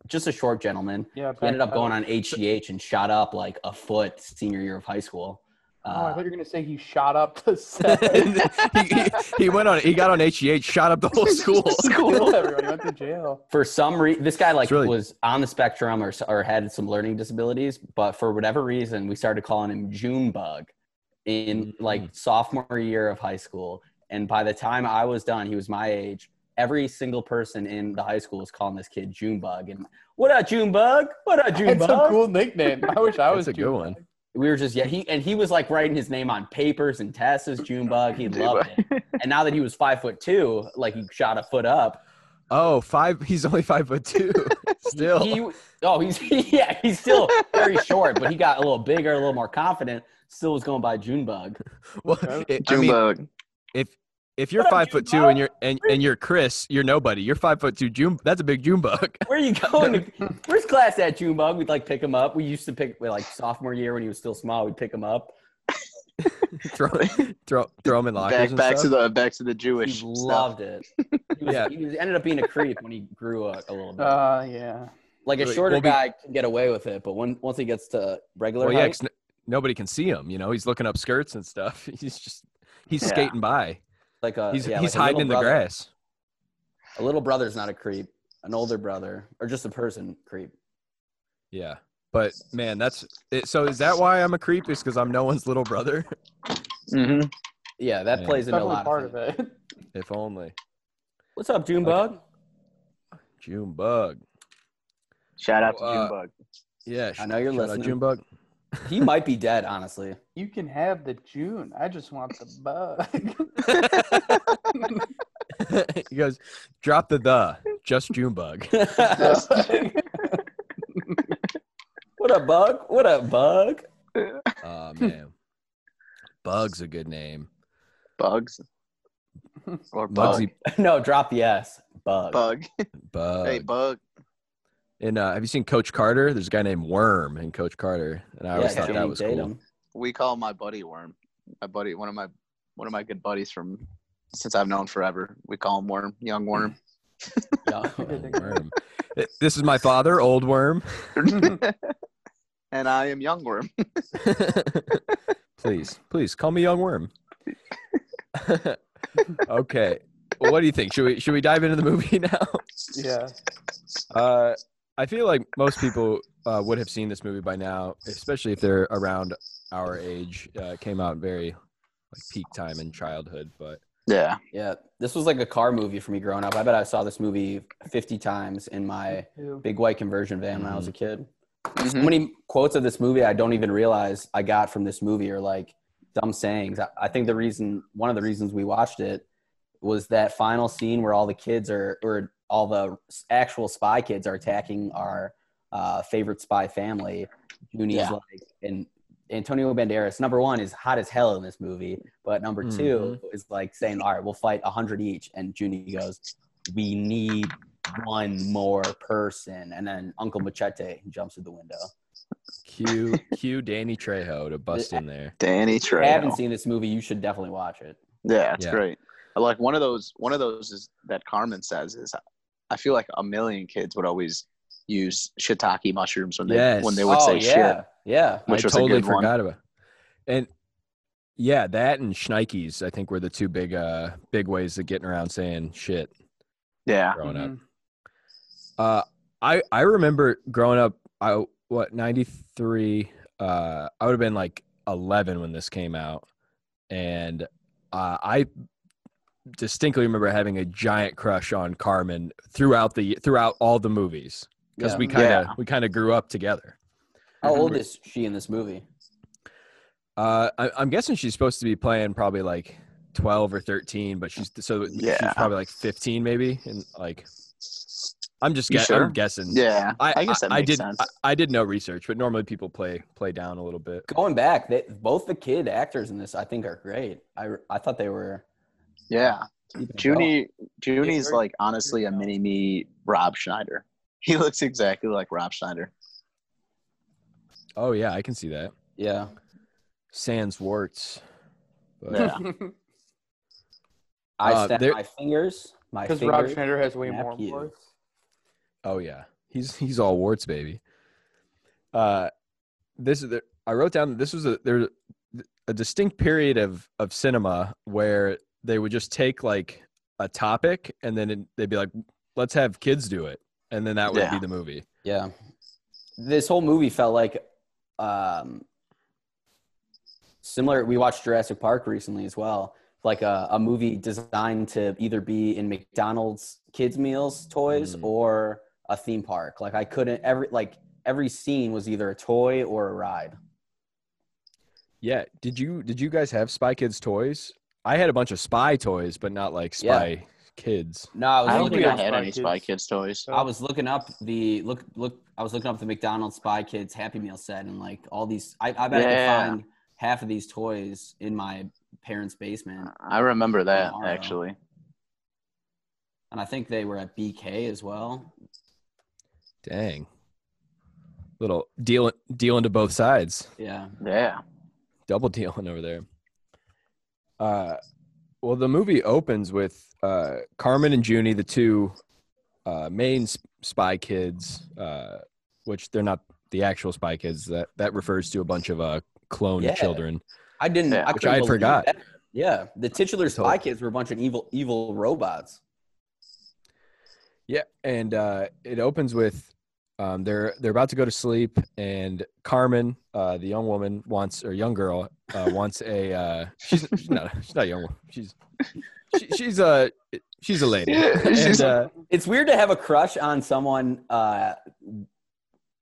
Speaker 2: just a short gentleman.
Speaker 6: Yeah.
Speaker 2: He ended up
Speaker 6: back-
Speaker 2: going on HGH and shot up like a foot senior year of high school.
Speaker 6: Oh, I
Speaker 2: Uh,
Speaker 6: thought you were gonna say he shot up the set.
Speaker 4: he, he- he went on. He got on HGH, shot up the whole school.
Speaker 6: Killed everyone. He went to jail.
Speaker 2: for some reason, this guy like
Speaker 4: It's really-
Speaker 2: was on the spectrum or, s- or had some learning disabilities, but for whatever reason, we started calling him June Bug in like sophomore year of high school. And by the time I was done, he was my age. Every single person in the high school was calling this kid June Bug. And what up, June Bug? What up, June
Speaker 6: That's a
Speaker 2: Bug?
Speaker 6: cool nickname. I wish I
Speaker 4: That's
Speaker 6: was
Speaker 4: a good
Speaker 6: June
Speaker 4: one.
Speaker 6: Bug.
Speaker 2: We were just yeah he and he was like writing his name on papers and tests as Junebug. He loved it. And now that he was five foot two, like he shot a foot up.
Speaker 4: Oh, five. He's only five foot two. Still,
Speaker 2: He oh he's yeah he's still very short, but he got a little bigger, a little more confident. Still was going by Junebug.
Speaker 4: well, it- I mean,
Speaker 7: Junebug.
Speaker 4: if you're
Speaker 2: What up,
Speaker 4: five foot two
Speaker 2: Junebug?
Speaker 4: and you're and, and you're Chris, you're nobody. You're five foot two. June. That's a big June bug.
Speaker 2: Where are you going? To, where's class at Junebug? We'd like pick him up. We used to pick like sophomore year when he was still small. We'd pick him up.
Speaker 4: throw, throw, throw him in lockers.
Speaker 7: back
Speaker 4: and
Speaker 7: back to
Speaker 4: stuff.
Speaker 7: the back to the
Speaker 2: He
Speaker 7: Jewish stuff.
Speaker 2: loved it. He, was,
Speaker 4: Yeah.
Speaker 2: he was- ended up being a creep when he grew a, a little bit.
Speaker 6: Uh, yeah.
Speaker 2: like a
Speaker 4: wait,
Speaker 2: shorter
Speaker 4: well, we-
Speaker 2: guy can get away with it, but when, once he gets to regular
Speaker 4: Well, yeah,
Speaker 2: height,
Speaker 4: 'cause n- nobody can see him. You know, he's looking up skirts and stuff. He's just he's
Speaker 7: Yeah.
Speaker 4: skating by.
Speaker 2: like a
Speaker 4: He's
Speaker 2: Uh, yeah,
Speaker 4: he's
Speaker 2: like a little
Speaker 4: hiding in the
Speaker 2: brother.
Speaker 4: grass.
Speaker 2: A little brother's not a creep. An older brother or just a person creep.
Speaker 4: Yeah. But man, that's it. So is that why I'm a creep? Is because I'm no one's little brother?
Speaker 7: hmm
Speaker 2: Yeah, that
Speaker 4: Yeah.
Speaker 2: plays into a
Speaker 6: Definitely
Speaker 2: lot
Speaker 6: part
Speaker 2: of,
Speaker 6: of
Speaker 2: things.
Speaker 6: it.
Speaker 4: If only.
Speaker 2: What's up, Junebug?
Speaker 4: June bug.
Speaker 7: Shout out to
Speaker 4: Uh,
Speaker 7: Junebug.
Speaker 4: Yeah.
Speaker 2: I know you're
Speaker 4: shout out
Speaker 2: listening.
Speaker 4: June bug.
Speaker 2: He might be dead, honestly.
Speaker 6: You can have the June. I just want the bug.
Speaker 4: he goes, drop the the, just June bug.
Speaker 2: what up, Bug? What up, Bug?
Speaker 4: Oh man. Bug's a good name.
Speaker 7: Bugs. Or bug.
Speaker 4: Bugsy
Speaker 2: no, drop the S. Bug.
Speaker 7: Bug.
Speaker 4: bug.
Speaker 7: Hey, bug.
Speaker 4: And uh, have you seen Coach Carter? There's a guy named Worm in Coach Carter, and I always
Speaker 7: Yeah,
Speaker 4: thought
Speaker 2: Johnny
Speaker 4: that was cool.
Speaker 2: Tatum.
Speaker 7: We call my buddy Worm. My buddy, one of my one of my good buddies from since I've known forever. We call him Worm, young Worm.
Speaker 2: Yeah.
Speaker 4: Oh, worm. Th- This is my father, old worm.
Speaker 7: and I am young Worm.
Speaker 4: please, please call me young worm. okay. Well, what do you think? Should we should we dive into the movie now?
Speaker 6: yeah.
Speaker 4: Uh, I feel like most people uh, would have seen this movie by now, especially if they're around our age. Uh, it came out very like peak time in childhood, but
Speaker 7: Yeah.
Speaker 2: yeah. This was like a car movie for me growing up. I bet I saw this movie 50 times in my
Speaker 6: Ew.
Speaker 2: big white conversion van when I was a
Speaker 4: Mm-hmm.
Speaker 2: kid. So many quotes of this movie I don't even realize I got from this movie are like dumb sayings. I, I think the reason, one of the reasons we watched it was that final scene where all the kids are, or all the s- actual spy kids are attacking our uh, favorite spy family. Junie's
Speaker 7: Yeah.
Speaker 2: like, and Antonio Banderas, number one, is hot as hell in this movie. But number 2 is like saying, all right, we'll fight 100 each. And Junie goes, we need one more person. And then Uncle Machete jumps through the window.
Speaker 4: cue cue Danny Trejo to bust in there.
Speaker 7: Danny
Speaker 2: If you haven't
Speaker 7: Trejo.
Speaker 2: seen this movie, you should definitely watch it.
Speaker 7: Yeah, it's
Speaker 4: Yeah.
Speaker 7: great. I Like one of those, one of those is that Carmen says is, I feel like a million kids would always use shiitake mushrooms when they
Speaker 4: Yes. Oh,
Speaker 7: when they would say
Speaker 2: Oh, yeah.
Speaker 7: shit,
Speaker 2: Yeah.
Speaker 7: which
Speaker 4: I
Speaker 7: was
Speaker 4: totally
Speaker 7: a good one.
Speaker 4: forgot about. And yeah, that and Schnikes, I think were the two big uh big ways of getting around saying shit
Speaker 7: Yeah,
Speaker 4: growing up.
Speaker 6: Mhm.
Speaker 4: Uh I I remember growing up I what 93 uh I would have been like 11 when this came out and uh I distinctly remember having a giant crush on Carmen throughout the throughout all the movies cuz
Speaker 2: Yeah.
Speaker 4: we kind of
Speaker 7: Yeah.
Speaker 4: we kind of grew up together.
Speaker 2: How old is she in this movie?
Speaker 4: Uh, I, I'm guessing she's supposed to be playing probably like 12 or 13, but she's so she's
Speaker 7: Yeah.
Speaker 4: probably like 15 maybe, and like I'm just
Speaker 7: You
Speaker 4: guess
Speaker 7: sure?
Speaker 4: I'm guessing.
Speaker 7: yeah. I, guess that
Speaker 4: I,
Speaker 7: makes
Speaker 4: did
Speaker 7: sense.
Speaker 4: I, I did no research, but normally people play play down a little bit.
Speaker 2: Going back, they, both the kid actors in this, I think, are great. I, I thought they were.
Speaker 7: yeah, Junie Junie's
Speaker 6: very-
Speaker 7: like honestly a mini me Rob Schneider. He looks exactly like Rob Schneider.
Speaker 4: Oh yeah, I can see that.
Speaker 2: Yeah.
Speaker 4: Sans warts. But,
Speaker 7: Yeah.
Speaker 6: Mm-hmm.
Speaker 2: I
Speaker 4: Uh,
Speaker 2: snap
Speaker 4: there-
Speaker 2: my fingers. My
Speaker 6: Because
Speaker 2: fingers.
Speaker 6: Rob Schneider has way more
Speaker 2: Snap you.
Speaker 6: words.
Speaker 4: Oh yeah, he's he's all warts, baby. Uh, this is the, I wrote down that this was a there a distinct period of of cinema where they would just take like a topic and then it, they'd be like, let's have kids do it, and then that would
Speaker 7: Yeah.
Speaker 4: be the movie.
Speaker 2: Yeah. This whole movie felt like um similar we watched Jurassic Park recently as well. Like a, a movie designed to either be in McDonald's kids meals toys
Speaker 4: Mm.
Speaker 2: or a theme park. Like I couldn't every like every scene was either a toy or a ride.
Speaker 4: Yeah. Did you did you guys have Spy Kids toys? I had a bunch of Spy toys, but not like
Speaker 2: Yeah.
Speaker 4: Spy Kids.
Speaker 2: No, I was
Speaker 7: I don't
Speaker 2: looking
Speaker 7: think I
Speaker 2: up.
Speaker 7: had
Speaker 6: Spy
Speaker 7: any Spy Kids
Speaker 6: Kids.
Speaker 7: toys.
Speaker 2: I was looking up the look. Look, I was looking up the McDonald's Spy Kids Happy Meal set, and like all these, I, I bet
Speaker 7: Yeah.
Speaker 2: I could find half of these toys in my parents' basement.
Speaker 7: I remember that
Speaker 2: Mario.
Speaker 7: actually.
Speaker 2: And I think they were at BK as well.
Speaker 4: Dang. Little dealing dealing to both sides.
Speaker 2: Yeah.
Speaker 7: Yeah.
Speaker 4: double dealing over there. Uh, well, the movie opens with uh, Carmen and Junie, the two uh, main sp- spy kids, uh, which they're not the actual spy kids. That that refers to a bunch of uh, clone
Speaker 2: Yeah.
Speaker 4: children.
Speaker 2: I didn't.
Speaker 7: Yeah,
Speaker 2: I
Speaker 4: which
Speaker 2: couldn't
Speaker 4: I had
Speaker 2: believe
Speaker 4: forgot.
Speaker 2: that. Yeah, the titular
Speaker 4: Totally.
Speaker 2: Spy Kids were a bunch of evil, evil robots.
Speaker 4: Yeah, and uh, it opens with um, they're they're about to go to sleep, and Carmen, uh, the young woman, wants or young girl uh, wants a uh, she's she's not she's not a young woman she's she, she's a she's a lady. And, uh,
Speaker 2: It's weird to have a crush on someone uh,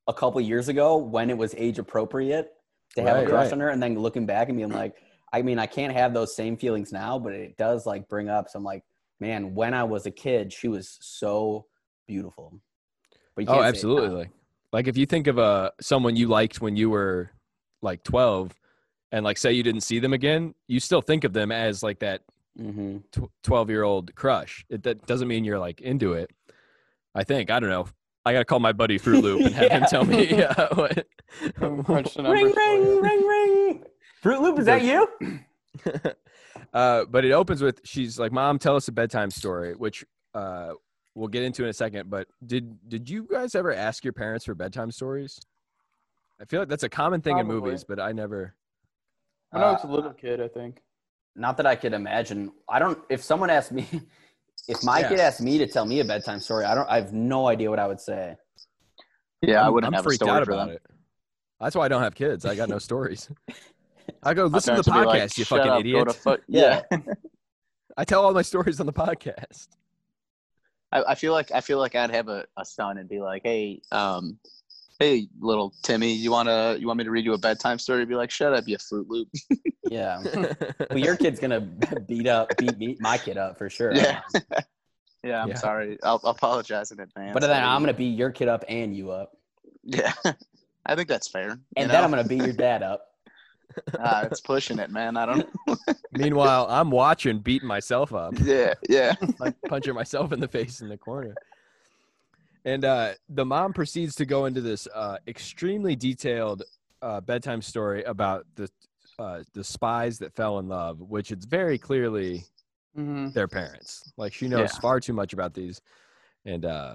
Speaker 2: a couple years ago when it was age appropriate to have
Speaker 4: Right,
Speaker 2: a crush
Speaker 4: right.
Speaker 2: on her, and then looking back and being like, I mean, I can't have those same feelings now, but it does like bring up some like, man, when I was a kid, she was so beautiful. But you
Speaker 4: Oh,
Speaker 2: can't say it
Speaker 4: absolutely.
Speaker 2: now.
Speaker 4: Like, like if you think of uh, someone you liked when you were like 12 and like say you didn't see them again, you still think of them as like that
Speaker 2: Mhm.
Speaker 4: 12 year old crush. It that doesn't mean you're like into it. I think, I don't know. I got to call my buddy Fruit Loop and have him
Speaker 2: Yeah.
Speaker 4: tell me uh, what,
Speaker 6: Crunch the
Speaker 2: Ring,
Speaker 6: numbers for
Speaker 2: ring,
Speaker 6: you.
Speaker 2: ring, ring. Fruit Loop, is that you?
Speaker 4: uh, but it opens with she's like, "Mom, tell us a bedtime story," which uh, we'll get into in a second. But did did you guys ever ask your parents for bedtime stories? I feel like that's a common thing in
Speaker 6: Probably.
Speaker 4: movies, but I never.
Speaker 6: When I
Speaker 2: Uh,
Speaker 6: was a little kid, I think.
Speaker 2: not that I could imagine. I don't. If someone asked me, if my
Speaker 4: Yeah.
Speaker 2: kid asked me to tell me a bedtime story, I don't. I have no idea what I would say.
Speaker 7: Yeah, I
Speaker 4: I'm-
Speaker 7: wouldn't
Speaker 4: I'm
Speaker 7: have a
Speaker 4: freaked
Speaker 7: story
Speaker 4: out
Speaker 7: for
Speaker 4: about
Speaker 7: them.
Speaker 4: it. That's why I don't have kids. I got no stories. I go
Speaker 7: My
Speaker 4: listen to
Speaker 7: parents
Speaker 4: the
Speaker 7: would be
Speaker 4: podcast,
Speaker 7: like,
Speaker 4: you
Speaker 7: "Shut
Speaker 4: fucking
Speaker 7: up, go
Speaker 4: idiot.
Speaker 7: to fu-"
Speaker 2: Yeah.
Speaker 7: yeah.
Speaker 4: I tell all my stories on the podcast.
Speaker 7: I, I feel like I feel like I'd have a, a son and be like, hey, um, hey, little Timmy, you wanna you want me to read you a bedtime story? He'd be like, shut up, you Fruit Loop.
Speaker 2: Yeah. well, your kid's gonna beat up, beat me, my kid up for sure.
Speaker 7: Yeah. yeah, I'm
Speaker 4: Yeah.
Speaker 7: sorry. I'll, I'll apologize in advance.
Speaker 2: But then
Speaker 7: I
Speaker 2: I'm
Speaker 7: mean,
Speaker 2: gonna beat your kid up and you up,
Speaker 7: Yeah, I think that's fair.
Speaker 2: and then I'm gonna beat your dad up.
Speaker 7: gonna. Uh, it's pushing it, man. I don't.
Speaker 4: Meanwhile, I'm watching, beating myself up.
Speaker 7: yeah, yeah.
Speaker 4: like punching myself in the face in the corner. And uh, the mom proceeds to go into this uh, extremely detailed uh, bedtime story about the uh, the spies that fell in love, which it's very clearly
Speaker 6: Mm-hmm.
Speaker 4: their parents. Like she knows
Speaker 7: Yeah.
Speaker 4: far too much about these. And uh,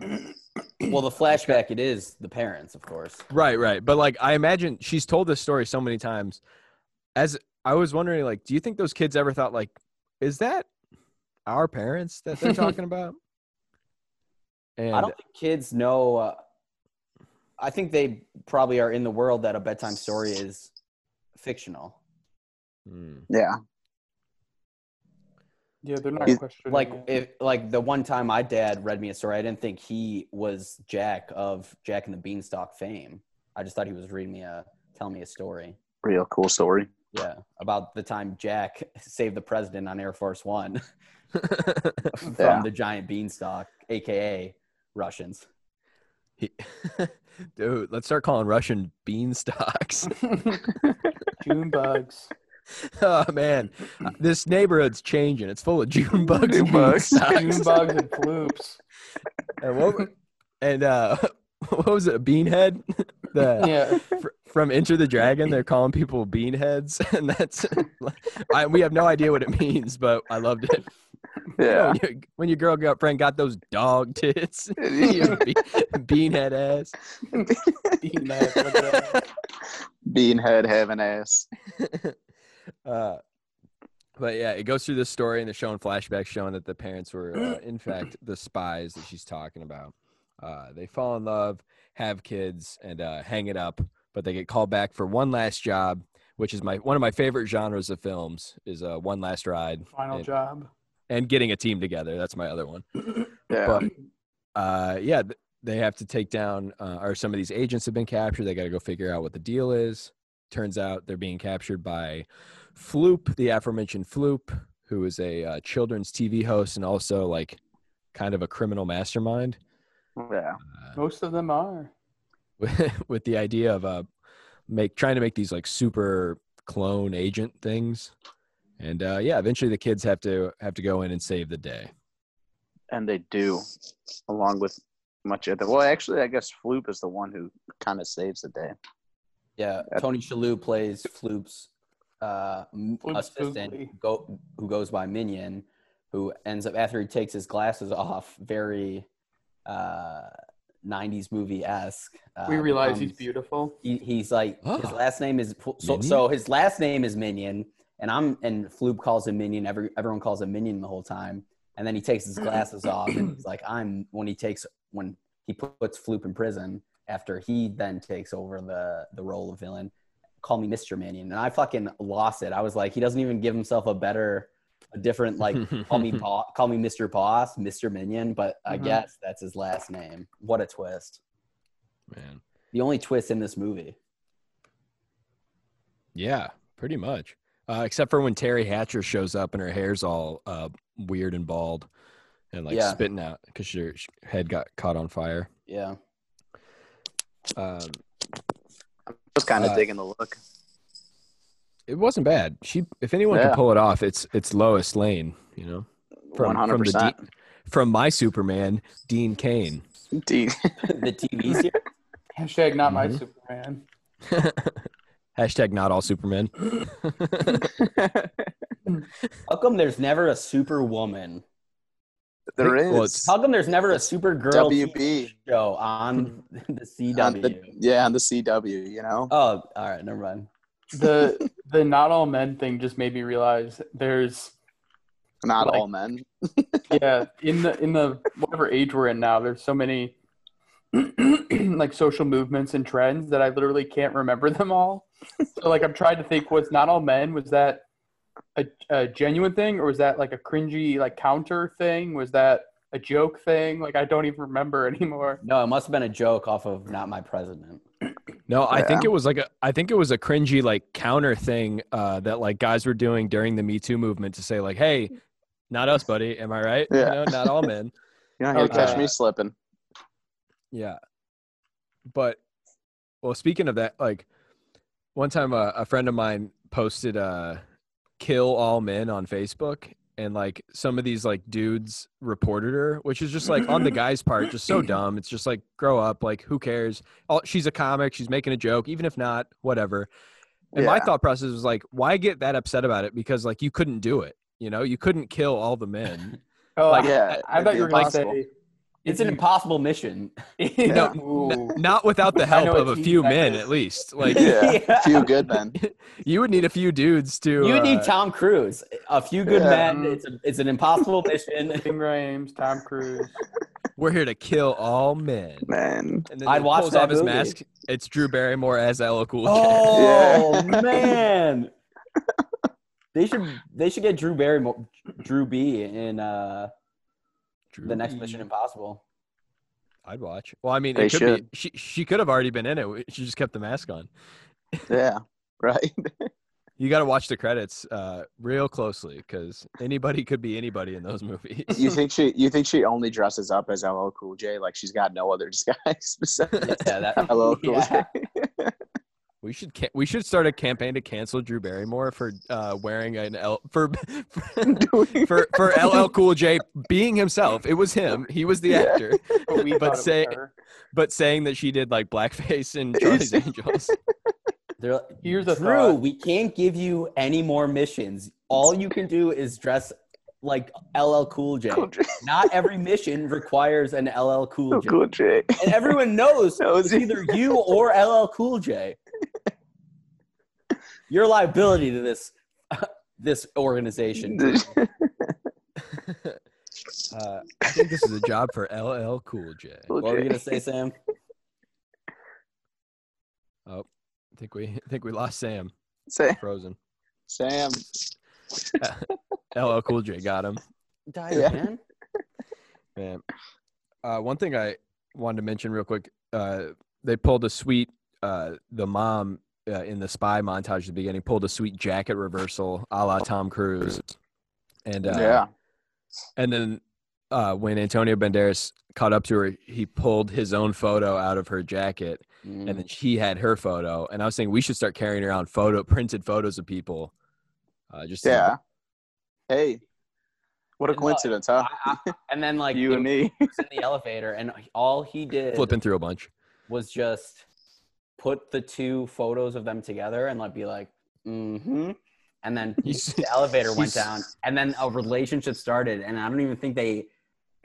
Speaker 2: Well, the flashback it is the parents, of course.
Speaker 4: right, right, but like I imagine she's told this story so many times. As I was wondering, like, do you think those kids ever thought, like, is that our parents that they're talking about? And
Speaker 2: I don't think kids know. Uh, I think they probably are in the world that a bedtime story is fictional.
Speaker 4: Hmm.
Speaker 7: Yeah.
Speaker 6: Yeah, they're not
Speaker 7: Is-
Speaker 6: questioning.
Speaker 2: like
Speaker 6: it.
Speaker 2: if like the one time my dad read me a story i didn't think he was jack of jack and the beanstalk fame i just thought he was reading me a telling me a story
Speaker 7: Real cool story.
Speaker 2: yeah about the time jack saved the president on air force one from
Speaker 7: Yeah.
Speaker 2: the giant beanstalk aka russians
Speaker 4: He- Dude, let's start calling Russian bean stocks.
Speaker 6: June bugs.
Speaker 4: oh man, this neighborhood's changing. It's full of June bugs and bean
Speaker 7: bugs.
Speaker 4: stocks.
Speaker 6: June bugs and floops.
Speaker 4: and what, and, uh, what was it? A beanhead? The,
Speaker 6: Yeah.
Speaker 4: fr- from Enter the Dragon, they're calling people beanheads, and that's I, we have no idea what it means, but I loved it.
Speaker 7: Yeah.
Speaker 4: When, your, when your girl got friend got those dog tits,
Speaker 7: Oh.
Speaker 4: your be, beanhead ass.
Speaker 6: Eating that, but, uh,
Speaker 7: Beanhead having ass.
Speaker 4: Uh, but yeah, it goes through this story and they're showing flashbacks showing that the parents were, uh, in fact, the spies that she's talking about. Uh, they fall in love, have kids, and uh, hang it up, but they get called back for one last job, which is my one of my favorite genres of films is uh, one last ride
Speaker 6: Final
Speaker 4: and,
Speaker 6: job.
Speaker 4: and getting a team together. That's my other one.
Speaker 7: Yeah.
Speaker 4: But uh, yeah, th- they have to take down, uh, or some of these agents have been captured. They got to go figure out what the deal is. Turns out they're being captured by Floop, the aforementioned Floop, who is a uh, children's TV host and also like kind of a criminal mastermind.
Speaker 7: Yeah.
Speaker 4: Uh,
Speaker 6: Most of them are.
Speaker 4: with, with the idea of uh, make trying to make these like super clone agent things, and uh, yeah, eventually the kids have to have to go in and save the day.
Speaker 7: And they do, along with much other. Well, actually, I guess Floop is the one who kind of saves the day.
Speaker 2: Yeah,
Speaker 7: Yep.
Speaker 2: Tony Shalhoub plays Floop's uh, m-
Speaker 6: Floop's
Speaker 2: assistant,
Speaker 6: Floopy.
Speaker 2: who go, who goes by Minion, who ends up after he takes his glasses off, very uh, '90s movie esque. Uh,
Speaker 6: we realize he's
Speaker 2: becomes-
Speaker 6: beautiful.
Speaker 2: He, he's like his
Speaker 4: Oh.
Speaker 2: last name is so,
Speaker 4: Minion?
Speaker 2: so his last name is Minion, and I'm and Floop calls him Minion. Every everyone calls him Minion the whole time, and then he takes his glasses off, and he's like, "I'm." When he takes when he puts Floop in prison after he then takes over the the role of villain, call me Mr. Minion, and I fucking lost it. I was like, he doesn't even give himself a better, a different like. Call me boss, call me Mr. Boss, Mr. Minion, but I
Speaker 6: Mhm.
Speaker 2: guess that's his last name. What a twist!
Speaker 4: man.
Speaker 2: The only twist in this movie.
Speaker 4: Yeah, pretty much. Uh, except for when Terry Hatcher shows up and her hair's all uh, weird and bald and like
Speaker 2: Yeah.
Speaker 4: spitting out because her sh- head got caught on fire.
Speaker 2: Yeah.
Speaker 4: Um,
Speaker 7: I was kind of
Speaker 4: Uh,
Speaker 7: digging the look.
Speaker 4: it wasn't bad. She, if anyone
Speaker 7: Yeah.
Speaker 4: can pull it off, it's it's Lois Lane. You know,
Speaker 7: One hundred percent.
Speaker 4: From, the De- from my Superman, Dean Kane.
Speaker 2: the TV series.
Speaker 6: Hashtag not my
Speaker 2: Mm-hmm.
Speaker 4: Mhm.
Speaker 6: Superman.
Speaker 4: Hashtag not all Supermen.
Speaker 2: How come there's never a Superwoman?
Speaker 7: There is
Speaker 4: Well, it's-
Speaker 2: How come there's never a Supergirl
Speaker 7: WB.
Speaker 2: TV show on the
Speaker 7: on
Speaker 2: CW?
Speaker 7: the, yeah on the CW. You know,
Speaker 2: Oh, all right, never mind.
Speaker 6: The the not all men thing just made me realize there's
Speaker 7: not
Speaker 6: like-
Speaker 7: all men.
Speaker 6: yeah in the in the whatever age we're in now there's so many like social movements and trends that i literally can't remember them all so like i'm trying to think was not all men was that a, a genuine thing or was that like a cringy like counter thing was that a joke thing like i don't even remember anymore
Speaker 2: No, it must have been a joke off of Not My President.
Speaker 4: No, I think
Speaker 7: Yeah.
Speaker 4: it was like a I think it was a cringy like counter thing uh, that like guys were doing during the Me Too movement to say like, hey, not us, buddy. Am I right? You
Speaker 7: Yeah.
Speaker 4: know, not all men.
Speaker 7: You're not here to catch
Speaker 6: Okay.
Speaker 7: me slipping.
Speaker 4: yeah. But well, speaking of that, like one time uh, a, a friend of mine posted uh kill all men on Facebook and like some of these like dudes reported her, which is just like on the guy's part, just so dumb. It's just like grow up, like who cares? All, she's a comic, she's making a joke, even if not, whatever. And my
Speaker 7: Yeah.
Speaker 4: thought process was like, why get that upset about it? Because like you couldn't do it. You know, you couldn't kill all the men.
Speaker 6: oh
Speaker 4: Like,
Speaker 7: yeah,
Speaker 6: i, I
Speaker 7: it'd
Speaker 6: thought
Speaker 7: be
Speaker 6: you were going to
Speaker 7: impossible.
Speaker 6: say
Speaker 2: It's an impossible mission.
Speaker 4: No,
Speaker 6: Ooh.
Speaker 4: Not without the
Speaker 6: I know
Speaker 4: help of a
Speaker 6: what
Speaker 4: few
Speaker 6: that
Speaker 4: men,
Speaker 6: is.
Speaker 4: at least. Like
Speaker 7: Yeah. Few good men.
Speaker 4: You would need a few dudes to.
Speaker 2: You
Speaker 4: uh,
Speaker 2: need Tom Cruise, a few good
Speaker 7: Yeah.
Speaker 2: men. It's, a, it's an impossible mission.
Speaker 6: Ving Rhames, Tom Cruise.
Speaker 4: We're here to kill all men.
Speaker 7: Man,
Speaker 4: And then
Speaker 2: I'd
Speaker 4: he
Speaker 2: watch
Speaker 4: pulls
Speaker 2: that
Speaker 4: off his
Speaker 2: movie.
Speaker 4: mask. It's Drew Barrymore as LL Cool J.
Speaker 2: Oh man, they should they should get Drew Barrymore, Drew B in uh,
Speaker 4: Drew
Speaker 2: the next
Speaker 4: B.
Speaker 2: Mission Impossible.
Speaker 4: I'd watch. Well, I mean,
Speaker 7: They
Speaker 4: it could
Speaker 7: should.
Speaker 4: be. She she could have already been in it. She just kept the mask on.
Speaker 7: yeah, right.
Speaker 4: You got to watch the credits uh, real closely because anybody could be anybody in those movies.
Speaker 7: You think she? You think she only dresses up as LL Cool J? Like she's got no other disguise besides
Speaker 2: Yeah, that,
Speaker 7: LL Cool
Speaker 2: yeah.
Speaker 7: J.
Speaker 4: we should ca- we should start a campaign to cancel Drew Barrymore for uh, wearing an L for for,
Speaker 7: Doing-
Speaker 4: for for LL Cool J being himself. It was him. He was the
Speaker 7: Yeah.
Speaker 4: actor.
Speaker 6: But, we
Speaker 4: But
Speaker 6: thought it was
Speaker 4: say-
Speaker 6: her.
Speaker 4: but saying that she did like blackface and Charlie's Angels.
Speaker 2: They're like,
Speaker 6: Here's a
Speaker 2: Drew,
Speaker 6: thought.
Speaker 2: we can't give you any more missions. All you can do is dress like LL Cool J.
Speaker 7: Cool J.
Speaker 2: Not every mission requires an LL Cool
Speaker 7: LL
Speaker 2: J.
Speaker 7: Cool J.
Speaker 2: And everyone knows
Speaker 7: That was
Speaker 2: it's either you or LL Cool J. Your liability to this this organization.
Speaker 4: Uh, I think this is a job for LL Cool J.
Speaker 7: Cool
Speaker 2: What were you
Speaker 7: J.
Speaker 2: gonna say, Sam?
Speaker 4: I think we I think we lost Sam.
Speaker 7: Sam.
Speaker 4: Frozen.
Speaker 7: Sam.
Speaker 4: LL Cool J got him.
Speaker 2: Die,
Speaker 7: Yeah.
Speaker 2: man.
Speaker 4: Man. Uh, one thing I wanted to mention real quick. Uh, they pulled a sweet. Uh, the mom uh, in the spy montage at the beginning pulled a sweet jacket reversal a la Tom Cruise. And uh,
Speaker 7: yeah.
Speaker 4: and then uh, when Antonio Banderas caught up to her, he pulled his own photo out of her jacket,
Speaker 2: Mm.
Speaker 4: and then she had her photo. And I was saying we should start carrying around photo printed photos of people. Uh, just to-
Speaker 7: Yeah. Hey, what a
Speaker 2: No,
Speaker 7: coincidence, huh?
Speaker 2: I- I- and then like
Speaker 7: you and
Speaker 2: he
Speaker 7: me.
Speaker 2: was in the elevator, and all he did
Speaker 4: flipping through a bunch.
Speaker 2: was just put the two photos of them together and like be like, mm-hmm. And then
Speaker 4: He's-
Speaker 2: the elevator went
Speaker 4: he's-
Speaker 2: down, and then a relationship started. And I don't even think they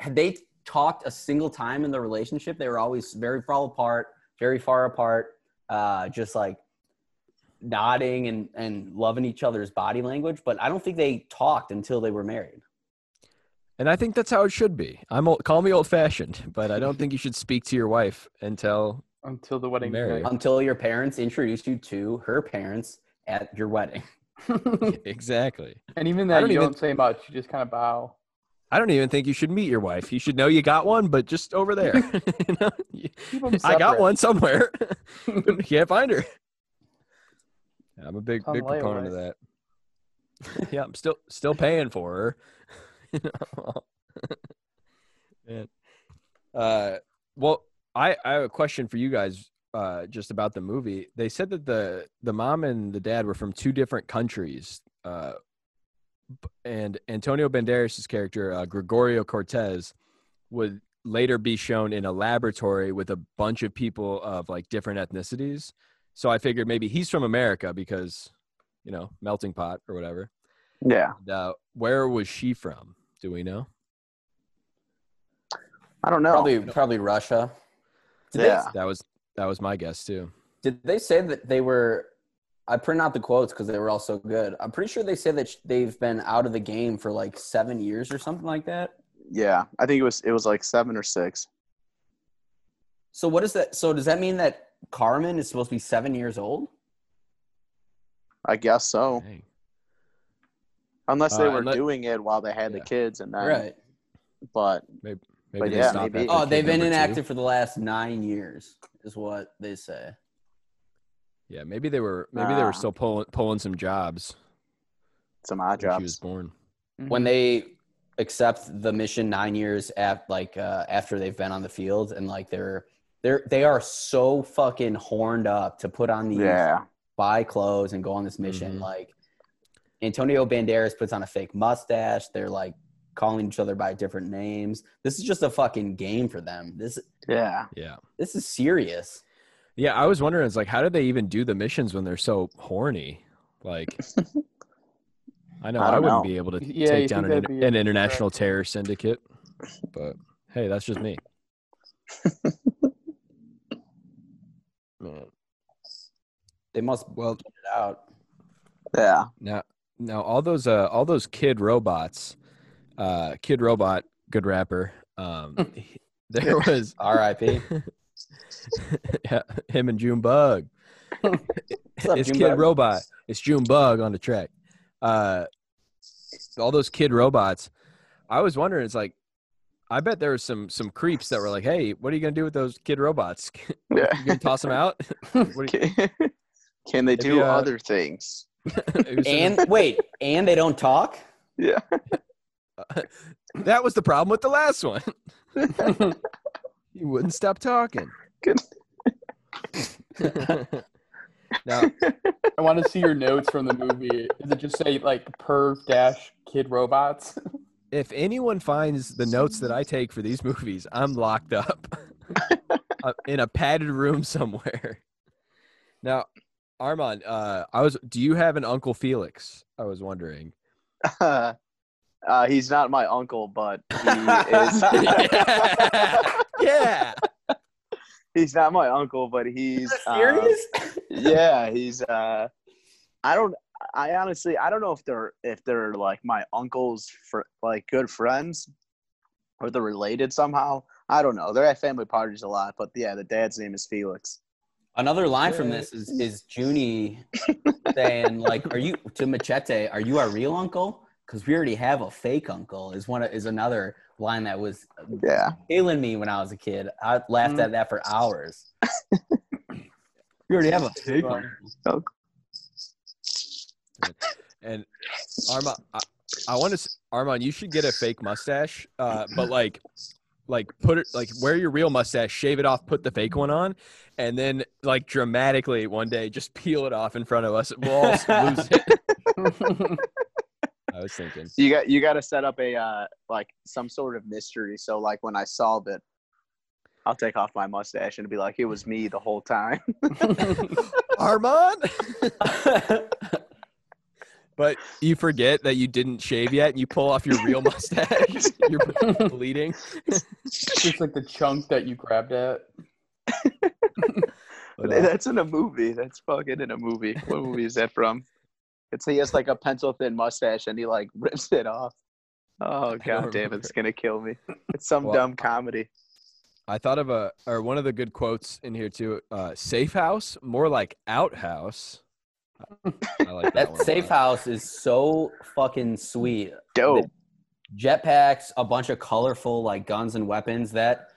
Speaker 2: had they talked a single time in the relationship. They were always very far apart, very far apart, uh, just like nodding and and loving each other's body language. But I don't think they talked until they were married.
Speaker 4: And I think that's how it should be. I'm old, call me old fashioned, but I don't think you should speak to your wife until
Speaker 6: until the wedding.
Speaker 4: Married.
Speaker 2: until your parents introduce you to her parents at your wedding.
Speaker 4: exactly.
Speaker 6: And even
Speaker 4: I
Speaker 6: that,
Speaker 4: don't
Speaker 6: you
Speaker 4: even-
Speaker 6: don't say much. You just kind of bow.
Speaker 4: I don't even think you should meet your wife. You should know you got one, but just over there. You know?
Speaker 6: Keep 'em
Speaker 4: I got
Speaker 6: separate.
Speaker 4: one somewhere. But Can't find her. Yeah, I'm a big
Speaker 6: Tom
Speaker 4: big proponent of that. yeah, I'm still still paying for her. You know? Man. Uh, well, I I have a question for you guys. Uh, just about the movie, they said that the the mom and the dad were from two different countries. Uh, b- and Antonio Banderas' character, uh, Gregorio Cortez, would later be shown in a laboratory with a bunch of people of like different ethnicities. So I figured maybe he's from America because, you know, melting pot or whatever.
Speaker 7: Yeah.
Speaker 4: And, uh, where was she from? Do we know?
Speaker 7: I don't know.
Speaker 2: Probably, probably Russia. Did
Speaker 7: yeah.
Speaker 4: That was that was my guess too.
Speaker 2: They, did they say that they were? I printed out the quotes because they were all so good. I'm pretty sure they said that sh- they've been out of the game for like seven years or something like that.
Speaker 7: Yeah. I think it was it was like seven or six.
Speaker 2: So what is that? So does that mean that Carmen is supposed to be seven years old?
Speaker 7: I guess so.
Speaker 4: Dang.
Speaker 7: Unless they
Speaker 4: Uh,
Speaker 7: were
Speaker 4: unle-
Speaker 7: doing it while they had
Speaker 4: Yeah.
Speaker 7: the kids and then
Speaker 2: Right.
Speaker 7: but
Speaker 4: Maybe
Speaker 7: But
Speaker 4: they
Speaker 7: yeah,
Speaker 4: stopped
Speaker 7: maybe-
Speaker 4: after
Speaker 2: Oh,
Speaker 4: kid
Speaker 2: they've been
Speaker 4: number two.
Speaker 2: inactive for the last nine years, is what they say.
Speaker 4: Yeah, maybe they were maybe they
Speaker 7: Ah.
Speaker 4: were still pulling pulling some jobs
Speaker 7: some odd
Speaker 4: when she was
Speaker 7: jobs.
Speaker 4: born.
Speaker 2: when they accept the mission nine years at like uh, after they've been on the field and like they're they're they are so fucking horned up to put on these
Speaker 7: Yeah.
Speaker 2: buy clothes and go on this mission
Speaker 4: Mhm.
Speaker 2: like antonio banderas puts on a fake mustache they're like calling each other by different names this is just a fucking game for them this
Speaker 7: Yeah.
Speaker 4: Yeah.
Speaker 2: this is serious
Speaker 4: Yeah, I was wondering it's like how do they even do the missions when they're so horny? Like I know
Speaker 7: I
Speaker 4: I,
Speaker 7: don't
Speaker 4: wouldn't
Speaker 7: know.
Speaker 4: be able to
Speaker 6: Yeah,
Speaker 4: take
Speaker 6: you
Speaker 4: down
Speaker 6: think
Speaker 4: an,
Speaker 6: that'd be a-
Speaker 4: an international terror syndicate. But hey, that's just me. Man.
Speaker 2: they must
Speaker 4: Well,
Speaker 2: get it out
Speaker 7: Yeah.
Speaker 4: now now all those uh all those kid robots uh kid robot good rapper um he- there was
Speaker 2: r.i.p
Speaker 4: yeah, him and June Bug.
Speaker 2: What's up,
Speaker 4: it's
Speaker 2: June
Speaker 4: Kid
Speaker 2: Bug?
Speaker 4: Robot. It's June Bug on the track. Uh, all those Kid Robots. I was wondering. It's like, I bet there was some some creeps that were like, "Hey, what are you gonna do with those Kid Robots? you
Speaker 7: Yeah.
Speaker 4: gonna toss them out?" What do
Speaker 7: Can, can they
Speaker 4: Maybe,
Speaker 7: do
Speaker 4: uh,
Speaker 7: other things?
Speaker 4: you-
Speaker 2: and wait and they don't talk
Speaker 7: Yeah.
Speaker 4: that was the problem with the last one. you wouldn't stop talking.
Speaker 7: Good.
Speaker 4: now,
Speaker 6: I want to see your notes from the movie. Does it just say like perv dash kid robots?
Speaker 4: if anyone finds the notes that I take for these movies, I'm locked up Uh, in a padded room somewhere. Now, Armand, uh, I was. Do you have an Uncle Felix? I was wondering.
Speaker 7: Uh, he's not my uncle, but he is.
Speaker 4: yeah.
Speaker 7: he's not my uncle, but he's uh,
Speaker 2: Um,
Speaker 7: yeah, he's. Uh, I don't. I honestly, I don't know if they're if they're like my uncle's for like good friends, or they're related somehow. I don't know. They're at family parties a lot, but yeah, the dad's name is Felix.
Speaker 2: Another line from this is is Junie saying like, "Are you to Machete? Are you our real uncle? Because we already have a fake uncle." Is one is another line that was
Speaker 7: Yeah,
Speaker 2: killing me when I was a kid. I laughed at that for hours. We already have a
Speaker 6: Big
Speaker 4: And Arma, I, I want to Armand, you should get a fake mustache, uh, but like, like put it like wear your real mustache, shave it off, put the fake one on, and then like dramatically one day just peel it off in front of us. We'll all lose it. I was thinking.
Speaker 7: You got you got to set up a uh, like some sort of mystery. So like when I solve it, I'll take off my mustache and be like, "It was me the whole time."
Speaker 4: Armand. But you forget that you didn't shave yet, and you pull off your real mustache. You're bleeding.
Speaker 6: just like the chunk that you grabbed at.
Speaker 4: But, uh,
Speaker 7: That's in a movie. That's fucking in a movie. What movie is that from? It's he has like a pencil thin mustache and he like rips it off. Oh god damn it, it's gonna kill me. It's some
Speaker 4: Well,
Speaker 7: dumb comedy.
Speaker 4: I thought of a or one of the good quotes in here too. Uh, safe house, more like outhouse. I like that,
Speaker 2: That
Speaker 4: one a
Speaker 2: safe
Speaker 4: lot.
Speaker 2: house is so fucking sweet.
Speaker 7: Dope.
Speaker 2: Jetpacks, a bunch of colorful like guns and weapons. That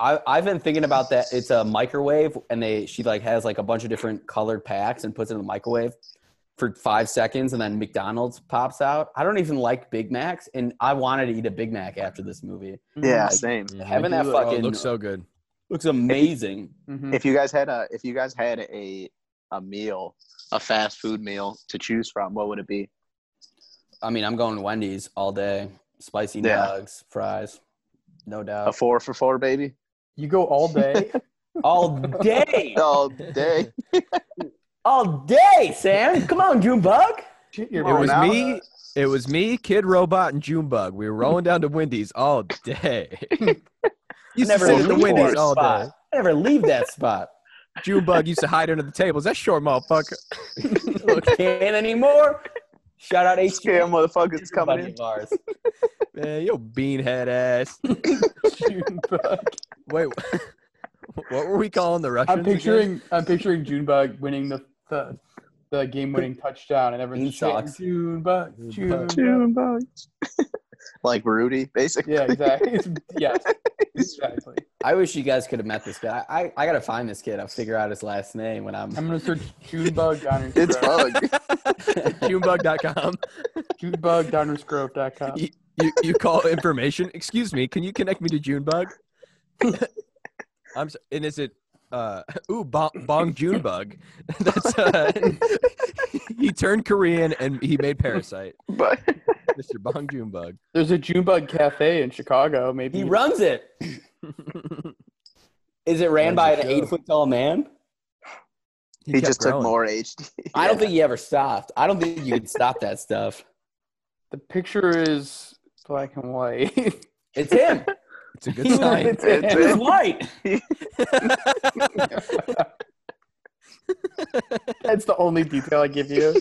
Speaker 2: I I've been thinking about that. It's a microwave, and they she like has like a bunch of different colored packs and puts it in the microwave for five seconds, and then McDonald's pops out. I don't even like Big Macs, and I wanted to eat a Big Mac after this movie.
Speaker 6: Mm-hmm.
Speaker 7: Yeah, same.
Speaker 4: Mhm.
Speaker 2: Having that
Speaker 4: Oh, it
Speaker 2: fucking
Speaker 4: looks so good.
Speaker 2: looks amazing.
Speaker 6: Mhm.
Speaker 7: If you guys had a if you guys had a a meal, a fast food meal to choose from, what would it be?
Speaker 2: I mean, I'm going Wendy's all day. Spicy
Speaker 7: Yeah.
Speaker 2: nugs, fries, no
Speaker 7: A
Speaker 2: doubt.
Speaker 7: four for four, baby?
Speaker 6: You go all day.
Speaker 2: All day,
Speaker 7: All day.
Speaker 2: all day, Sam. Come on, Junebug.
Speaker 6: Shit, you're
Speaker 7: Come
Speaker 4: it
Speaker 7: on
Speaker 4: was
Speaker 7: now.
Speaker 4: me. It was me, Kid Robot, and Junebug. We were rolling down to Wendy's all day. used
Speaker 2: Never
Speaker 4: to sit at the
Speaker 2: leave
Speaker 4: Wendy's
Speaker 2: that
Speaker 4: all
Speaker 2: spot.
Speaker 4: day.
Speaker 2: I never leave that spot.
Speaker 4: Junebug used to hide under the tables. That short motherfucker.
Speaker 2: Can't anymore. Shout out
Speaker 7: Scam
Speaker 2: HQ.
Speaker 7: motherfuckers coming in.
Speaker 4: Man, yo beanhead ass.
Speaker 6: Junebug.
Speaker 4: Wait, what were we calling the Russians?
Speaker 6: I'm
Speaker 4: again?
Speaker 6: picturing I'm picturing Junebug winning the the, the game winning touchdown and everyone's
Speaker 2: Bean
Speaker 6: chanting,
Speaker 2: socks.
Speaker 6: Junebug,
Speaker 2: Junebug.
Speaker 6: Junebug.
Speaker 7: like Rudy, basically.
Speaker 6: Yeah, exactly. yes, exactly.
Speaker 2: I wish you guys could have met this guy. I, I, I gotta find this kid. I'll figure out his last name when I'm.
Speaker 6: I'm gonna search Junebug Downers
Speaker 7: It's
Speaker 6: Grove.
Speaker 7: bug.
Speaker 4: Junebug.com.
Speaker 6: Junebug DownersGrove.com.
Speaker 4: you, you- you call information. Excuse me, can you connect me to Junebug? I'm so, and is it uh ooh bong, bong Junebug? That's uh, he turned Korean and he made Parasite.
Speaker 7: but
Speaker 4: Mr. Bong Junebug.
Speaker 6: There's a Junebug Cafe in Chicago. Maybe
Speaker 2: he runs it. Is it
Speaker 4: Runs
Speaker 2: ran by
Speaker 4: the
Speaker 2: an
Speaker 4: show.
Speaker 2: eight foot tall man?
Speaker 7: he,
Speaker 4: kept
Speaker 7: just took
Speaker 4: growing.
Speaker 7: more HD.
Speaker 2: I don't think he ever stopped. I don't think you can stop that stuff.
Speaker 6: the picture is black and white.
Speaker 2: It's him.
Speaker 4: It's a good sign.
Speaker 6: It's
Speaker 7: It's
Speaker 6: him.
Speaker 2: He's white.
Speaker 6: That's the only detail I give you.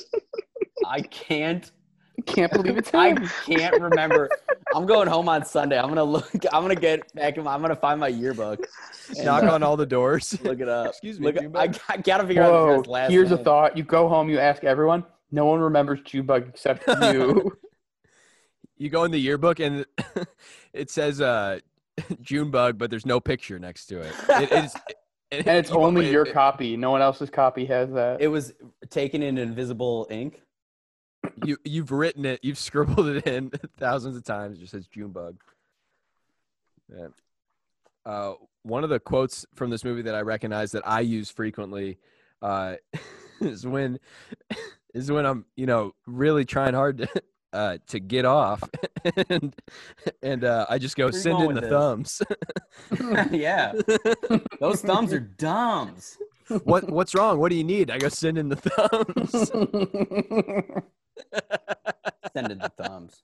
Speaker 2: I can't.
Speaker 6: Can't believe it's
Speaker 2: I
Speaker 6: him.
Speaker 2: can't remember. I'm going home on Sunday. I'm gonna look. I'm gonna get back. In my, I'm gonna find my yearbook. and,
Speaker 4: Knock
Speaker 2: uh,
Speaker 4: on all the doors.
Speaker 2: Look it up.
Speaker 4: Excuse me,
Speaker 2: Look,
Speaker 4: Junebug.
Speaker 2: I, I gotta figure out this
Speaker 6: Whoa!
Speaker 2: guy's last.
Speaker 6: Here's a
Speaker 2: name.
Speaker 6: thought: you go home, you ask everyone. No one remembers Junebug except you.
Speaker 4: you go in the yearbook and it says uh Junebug, but there's no picture next to it. It is it-
Speaker 6: and it's
Speaker 4: you-
Speaker 6: only your
Speaker 4: it-
Speaker 6: copy. No one else's copy has that.
Speaker 2: It was taken in invisible ink.
Speaker 4: you you've written it, you've scribbled it in thousands of times. It just says Junebug. Yeah. Uh, one of the quotes from this movie that I recognize that I use frequently uh, is when is when I'm you know really trying hard to uh, to get off, and and uh, I just go
Speaker 2: Where you
Speaker 4: send in
Speaker 2: going
Speaker 4: the
Speaker 2: with this?"
Speaker 4: thumbs.
Speaker 2: yeah, those thumbs are dumbs.
Speaker 4: what what's wrong? What do you need? I go send in the thumbs.
Speaker 2: Send it the thumbs.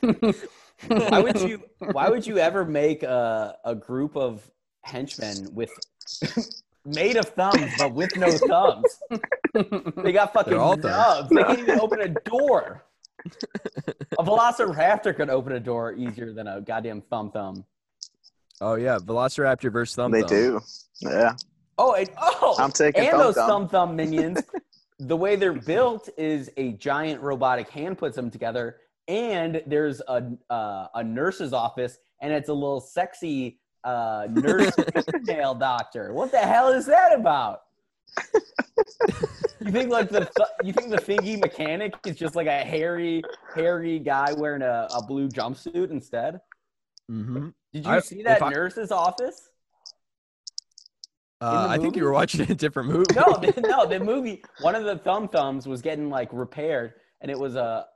Speaker 2: Why would you? Why would you ever make a a group of henchmen with made of thumbs but with no thumbs? They got fucking
Speaker 4: all thumbs.
Speaker 2: nubs. They can't even open a door. A velociraptor could open a door easier than a goddamn thumb thumb.
Speaker 4: oh yeah, Velociraptor versus Thumb.
Speaker 7: they
Speaker 4: Thumb.
Speaker 7: do. Yeah.
Speaker 2: Oh, and oh,
Speaker 7: I'm taking
Speaker 2: and
Speaker 7: thumb
Speaker 2: those
Speaker 7: thumb.
Speaker 2: thumb thumb minions. the way they're built is a giant robotic hand puts them together, and there's a uh, a nurse's office, and it's a little sexy uh, nurse nail doctor. What the hell is that about? you think like the th- you think the thingy mechanic is just like a hairy hairy guy wearing a, a blue jumpsuit instead?
Speaker 4: Mm-hmm.
Speaker 2: Did you
Speaker 4: I-
Speaker 2: see that
Speaker 4: if I-
Speaker 2: nurse's office?
Speaker 4: Uh,
Speaker 2: the
Speaker 4: I think you
Speaker 2: movie?
Speaker 4: were watching a different movie.
Speaker 2: No, the- no, the movie. One of the thumb thumbs was getting like repaired, and it was a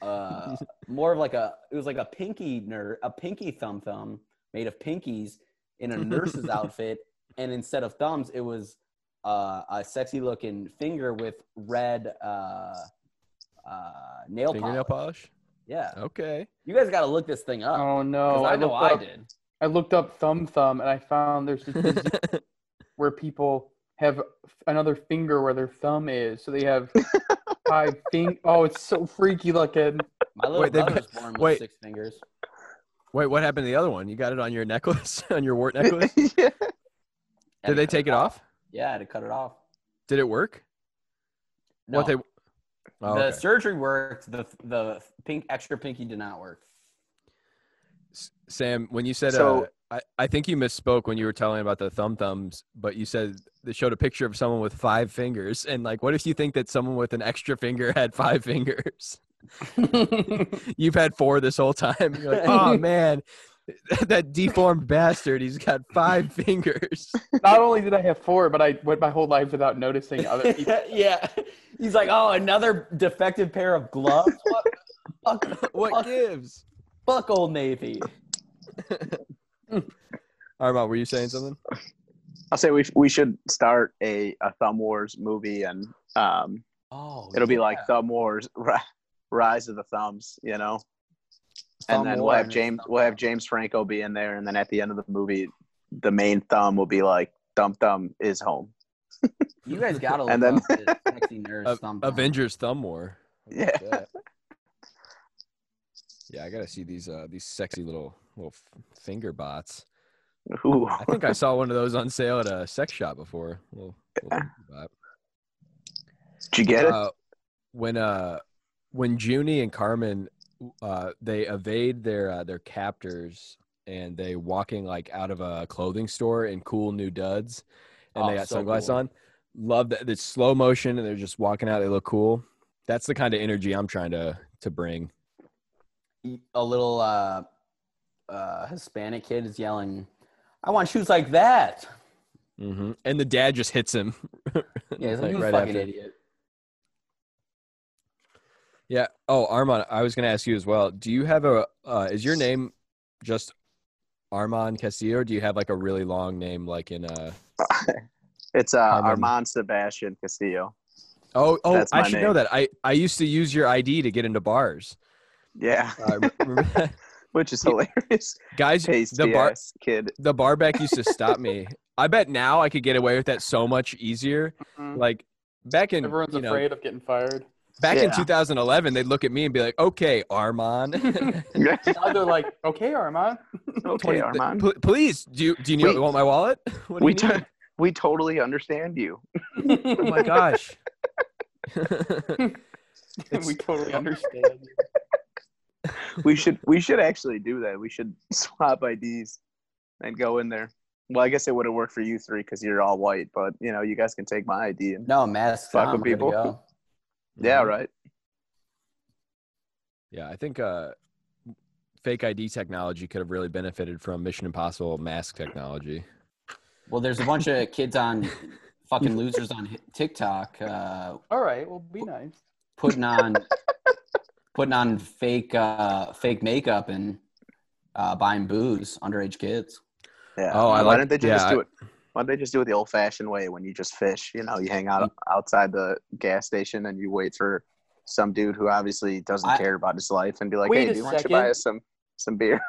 Speaker 2: uh, more of like a it was like a pinky nerd, a pinky thumb thumb made of pinkies in a nurse's outfit, and instead of thumbs, it was uh, a sexy looking finger with red uh, uh, nail
Speaker 4: fingernail
Speaker 2: polish.
Speaker 4: polish.
Speaker 2: Yeah,
Speaker 4: Okay.
Speaker 2: you guys got to look this thing up.
Speaker 6: Oh no!
Speaker 2: 'cause I know
Speaker 6: looked
Speaker 2: I
Speaker 6: up-
Speaker 2: did.
Speaker 6: I looked up thumb thumb and I found there's this disease where people have f- another finger where their thumb is, so they have five fing. Oh, it's so freaky looking.
Speaker 2: My little
Speaker 4: Wait, they-
Speaker 2: brother was born with
Speaker 4: wait.
Speaker 2: six fingers.
Speaker 4: Wait, what happened to the other one? You got it on your necklace, on your wart necklace?
Speaker 7: yeah.
Speaker 2: Had to
Speaker 4: Did they
Speaker 2: cut
Speaker 4: take it off?
Speaker 2: Yeah, I had to cut it off.
Speaker 4: Did it work?
Speaker 2: No.
Speaker 4: What they? Oh,
Speaker 2: the
Speaker 4: okay.
Speaker 2: surgery worked. The the pink extra pinky did not work.
Speaker 4: S- Sam, when you said,
Speaker 7: So-
Speaker 4: uh, I, I think you misspoke when you were telling about the thumb thumbs, but you said they showed a picture of someone with five fingers. And like, what if you think that someone with an extra finger had five fingers? You've had four this whole time. You're like, oh man, that deformed bastard, he's got five fingers.
Speaker 6: Not only did I have four, but I went my whole life without noticing other people.
Speaker 2: yeah, he's like, oh, another defective pair of gloves. What? fuck,
Speaker 4: What
Speaker 2: fuck,
Speaker 4: gives?
Speaker 2: fuck Old Navy.
Speaker 4: Armand, were you saying something?
Speaker 7: I'll say we we should start a, a Thumb Wars movie, and um,
Speaker 2: Oh,
Speaker 7: it'll be
Speaker 2: yeah.
Speaker 7: like Thumb Wars, Ri- Rise of the Thumbs, you know.
Speaker 2: Thumb
Speaker 7: and then
Speaker 2: war
Speaker 7: we'll have
Speaker 2: and
Speaker 7: James
Speaker 2: thumb
Speaker 7: we'll have
Speaker 2: up.
Speaker 7: James Franco be in there, and then at the end of the movie, the main thumb will be like Thumb Thumb is home.
Speaker 2: You guys gotta look
Speaker 7: And
Speaker 2: then,
Speaker 7: then-
Speaker 2: up this sexy nurse
Speaker 4: A-
Speaker 2: thumb. thumb.
Speaker 4: Avengers Thumb War. I like
Speaker 7: Yeah.
Speaker 4: that. Yeah, I gotta see these uh these sexy little little f- finger bots.
Speaker 7: Ooh.
Speaker 4: I think I saw one of those on sale at a sex shop before. Little, little finger bot.
Speaker 7: Did you get it?
Speaker 4: Uh, when uh when Junie and Carmen uh they evade their uh, their captors and they walking like out of a clothing store in cool new duds and
Speaker 2: Oh,
Speaker 4: they got
Speaker 2: so
Speaker 4: sunglasses
Speaker 2: cool.
Speaker 4: on. Love that it's slow motion and they're just walking out, they look cool. That's the kind of energy I'm trying to to bring.
Speaker 2: a little uh, uh, Hispanic kid is yelling, "I want shoes like that."
Speaker 4: hmm And the dad just hits him.
Speaker 2: Yeah, he's like,
Speaker 4: Like,
Speaker 2: you
Speaker 4: right
Speaker 2: fucking
Speaker 4: after.
Speaker 2: idiot.
Speaker 4: Yeah. Oh, Armand, I was going to ask you as well. Do you have a, uh, is your name just Armand Castillo or do you have like a really long name like in uh
Speaker 7: it's uh,
Speaker 4: Armand.
Speaker 7: Armand Sebastian Castillo.
Speaker 4: Oh, oh,
Speaker 7: That's
Speaker 4: I
Speaker 7: my
Speaker 4: should
Speaker 7: name.
Speaker 4: know that. I I used to use your ID to get into bars.
Speaker 7: Yeah,
Speaker 4: Uh, remember-
Speaker 7: which is hilarious.
Speaker 4: guys, the
Speaker 7: Tasty
Speaker 4: bar
Speaker 7: ass kid.
Speaker 4: the bar back used to stop me. I bet now I could get away with that so much easier.
Speaker 7: Mm-hmm.
Speaker 6: Mhm.
Speaker 4: Like back in
Speaker 6: Everyone's
Speaker 4: you know,
Speaker 6: afraid of getting fired.
Speaker 4: back in
Speaker 7: Yeah.
Speaker 4: 2011, they'd look at me and be like, "Okay, Armand."
Speaker 6: Now they're like, "Okay, Armand,
Speaker 7: okay,
Speaker 4: 20
Speaker 7: Armand.
Speaker 4: pl- please, do you, do you need,
Speaker 7: We-
Speaker 4: want my wallet? What do
Speaker 7: We
Speaker 4: you
Speaker 7: t-
Speaker 4: need?
Speaker 7: we totally understand you.
Speaker 4: oh my gosh.
Speaker 6: we totally understand."
Speaker 7: We should we should actually do that. We should swap IDs and go in there. Well, I guess it would have worked for you three because you're all white, but you know you guys can take my ID and
Speaker 2: No masks
Speaker 7: Fuck
Speaker 2: on.
Speaker 7: with
Speaker 2: way to
Speaker 7: people.
Speaker 2: go.
Speaker 4: Mm-hmm.
Speaker 7: yeah, right.
Speaker 4: Yeah, I think uh, fake ID technology could have really benefited from Mission Impossible mask technology.
Speaker 2: Well, there's a bunch of kids on fucking losers on TikTok uh,
Speaker 6: All right, well, be nice.
Speaker 2: putting on putting on fake uh, fake makeup and uh, buying booze underage kids.
Speaker 7: Yeah.
Speaker 4: Oh, I
Speaker 7: why
Speaker 4: like-
Speaker 7: didn't they ju-
Speaker 4: yeah,
Speaker 7: just
Speaker 4: I-
Speaker 7: do it? Why don't they just do it the old-fashioned way when you just fish? You know, you hang out
Speaker 4: Mm-hmm.
Speaker 7: outside the gas station and you wait for some dude who obviously doesn't
Speaker 2: I-
Speaker 7: care about his life and be like,
Speaker 6: Wait
Speaker 7: "Hey,
Speaker 6: a
Speaker 7: do you want to buy
Speaker 6: second.
Speaker 7: us some some beer?"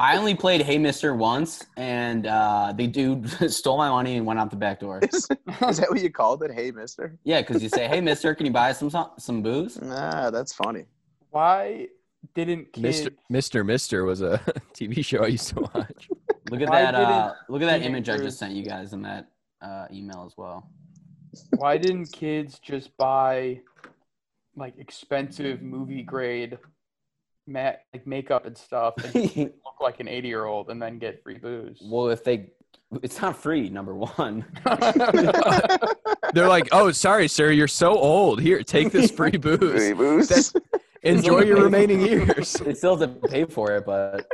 Speaker 2: I only played Hey Mister once, and uh, the dude stole my money and went out the back door.
Speaker 7: is, is that what you called it? Hey, Mister.
Speaker 2: Yeah, because you say, "Hey Mister, can you buy us some so- some booze?"
Speaker 7: Ah, that's funny.
Speaker 6: Why didn't kids?
Speaker 4: Mister Mister Mister was a TV show I used to watch.
Speaker 2: Look at
Speaker 6: Why
Speaker 2: that! Uh, look at that
Speaker 6: didn't
Speaker 2: image I
Speaker 6: teenagers-
Speaker 2: just sent you guys in that uh, email as well.
Speaker 6: Why didn't kids just buy like expensive movie grade ma- like makeup and stuff and look like an 80 year old and then get free booze.
Speaker 2: well, if they, it's not free. Number one.
Speaker 4: They're like, "Oh, sorry, sir, you're so old. Here, take this free booze.
Speaker 7: Three booze.
Speaker 4: That's- Enjoy your remaining years."
Speaker 2: They still have to pay for it, but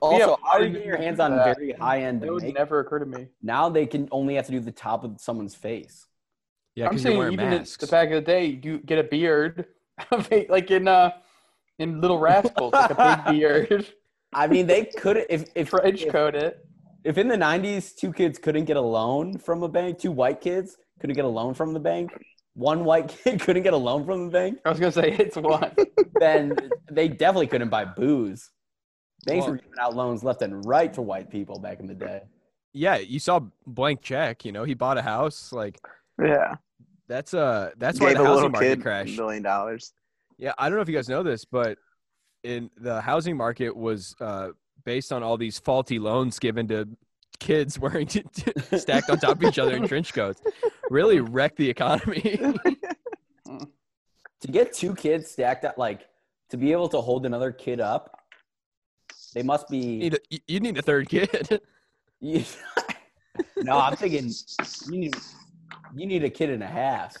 Speaker 2: also, how are you getting your hands on
Speaker 6: that?
Speaker 2: very high end
Speaker 6: That would
Speaker 2: makeup?
Speaker 6: never occur to me.
Speaker 2: Now they can only have to do the top of someone's face.
Speaker 4: Yeah,
Speaker 6: I'm
Speaker 4: because you're
Speaker 6: saying
Speaker 4: wearing
Speaker 6: even in
Speaker 4: masks.
Speaker 6: the back of the day, you get a beard, like in uh, in Little Rascals, like a big beard,
Speaker 2: I mean, they could if if
Speaker 6: trench
Speaker 2: if,
Speaker 6: coat it.
Speaker 2: if in the '90s two kids couldn't get a loan from a bank, two white kids couldn't get a loan from the bank, one white kid couldn't get a loan from the bank,
Speaker 6: I was gonna say it's one.
Speaker 2: then they definitely couldn't buy booze. Banks
Speaker 4: Well-
Speaker 2: were giving out loans left and right to white people back in the day.
Speaker 4: yeah, you saw blank check. You know, he bought a house. Like
Speaker 7: yeah.
Speaker 4: that's uh that's why
Speaker 7: Gave
Speaker 4: the
Speaker 7: a little
Speaker 4: housing market
Speaker 7: kid
Speaker 4: crashed.
Speaker 7: a million dollars.
Speaker 4: Yeah, I don't know if you guys know this, but in the housing market was uh, based on all these faulty loans given to kids wearing t- t- stacked on top of each other in trench coats. Really wrecked the economy.
Speaker 2: to get two kids stacked up like to be able to hold another kid up they must
Speaker 4: you,
Speaker 2: be
Speaker 4: need a, you need a third kid.
Speaker 2: no i'm thinking you need, you need a kid and a half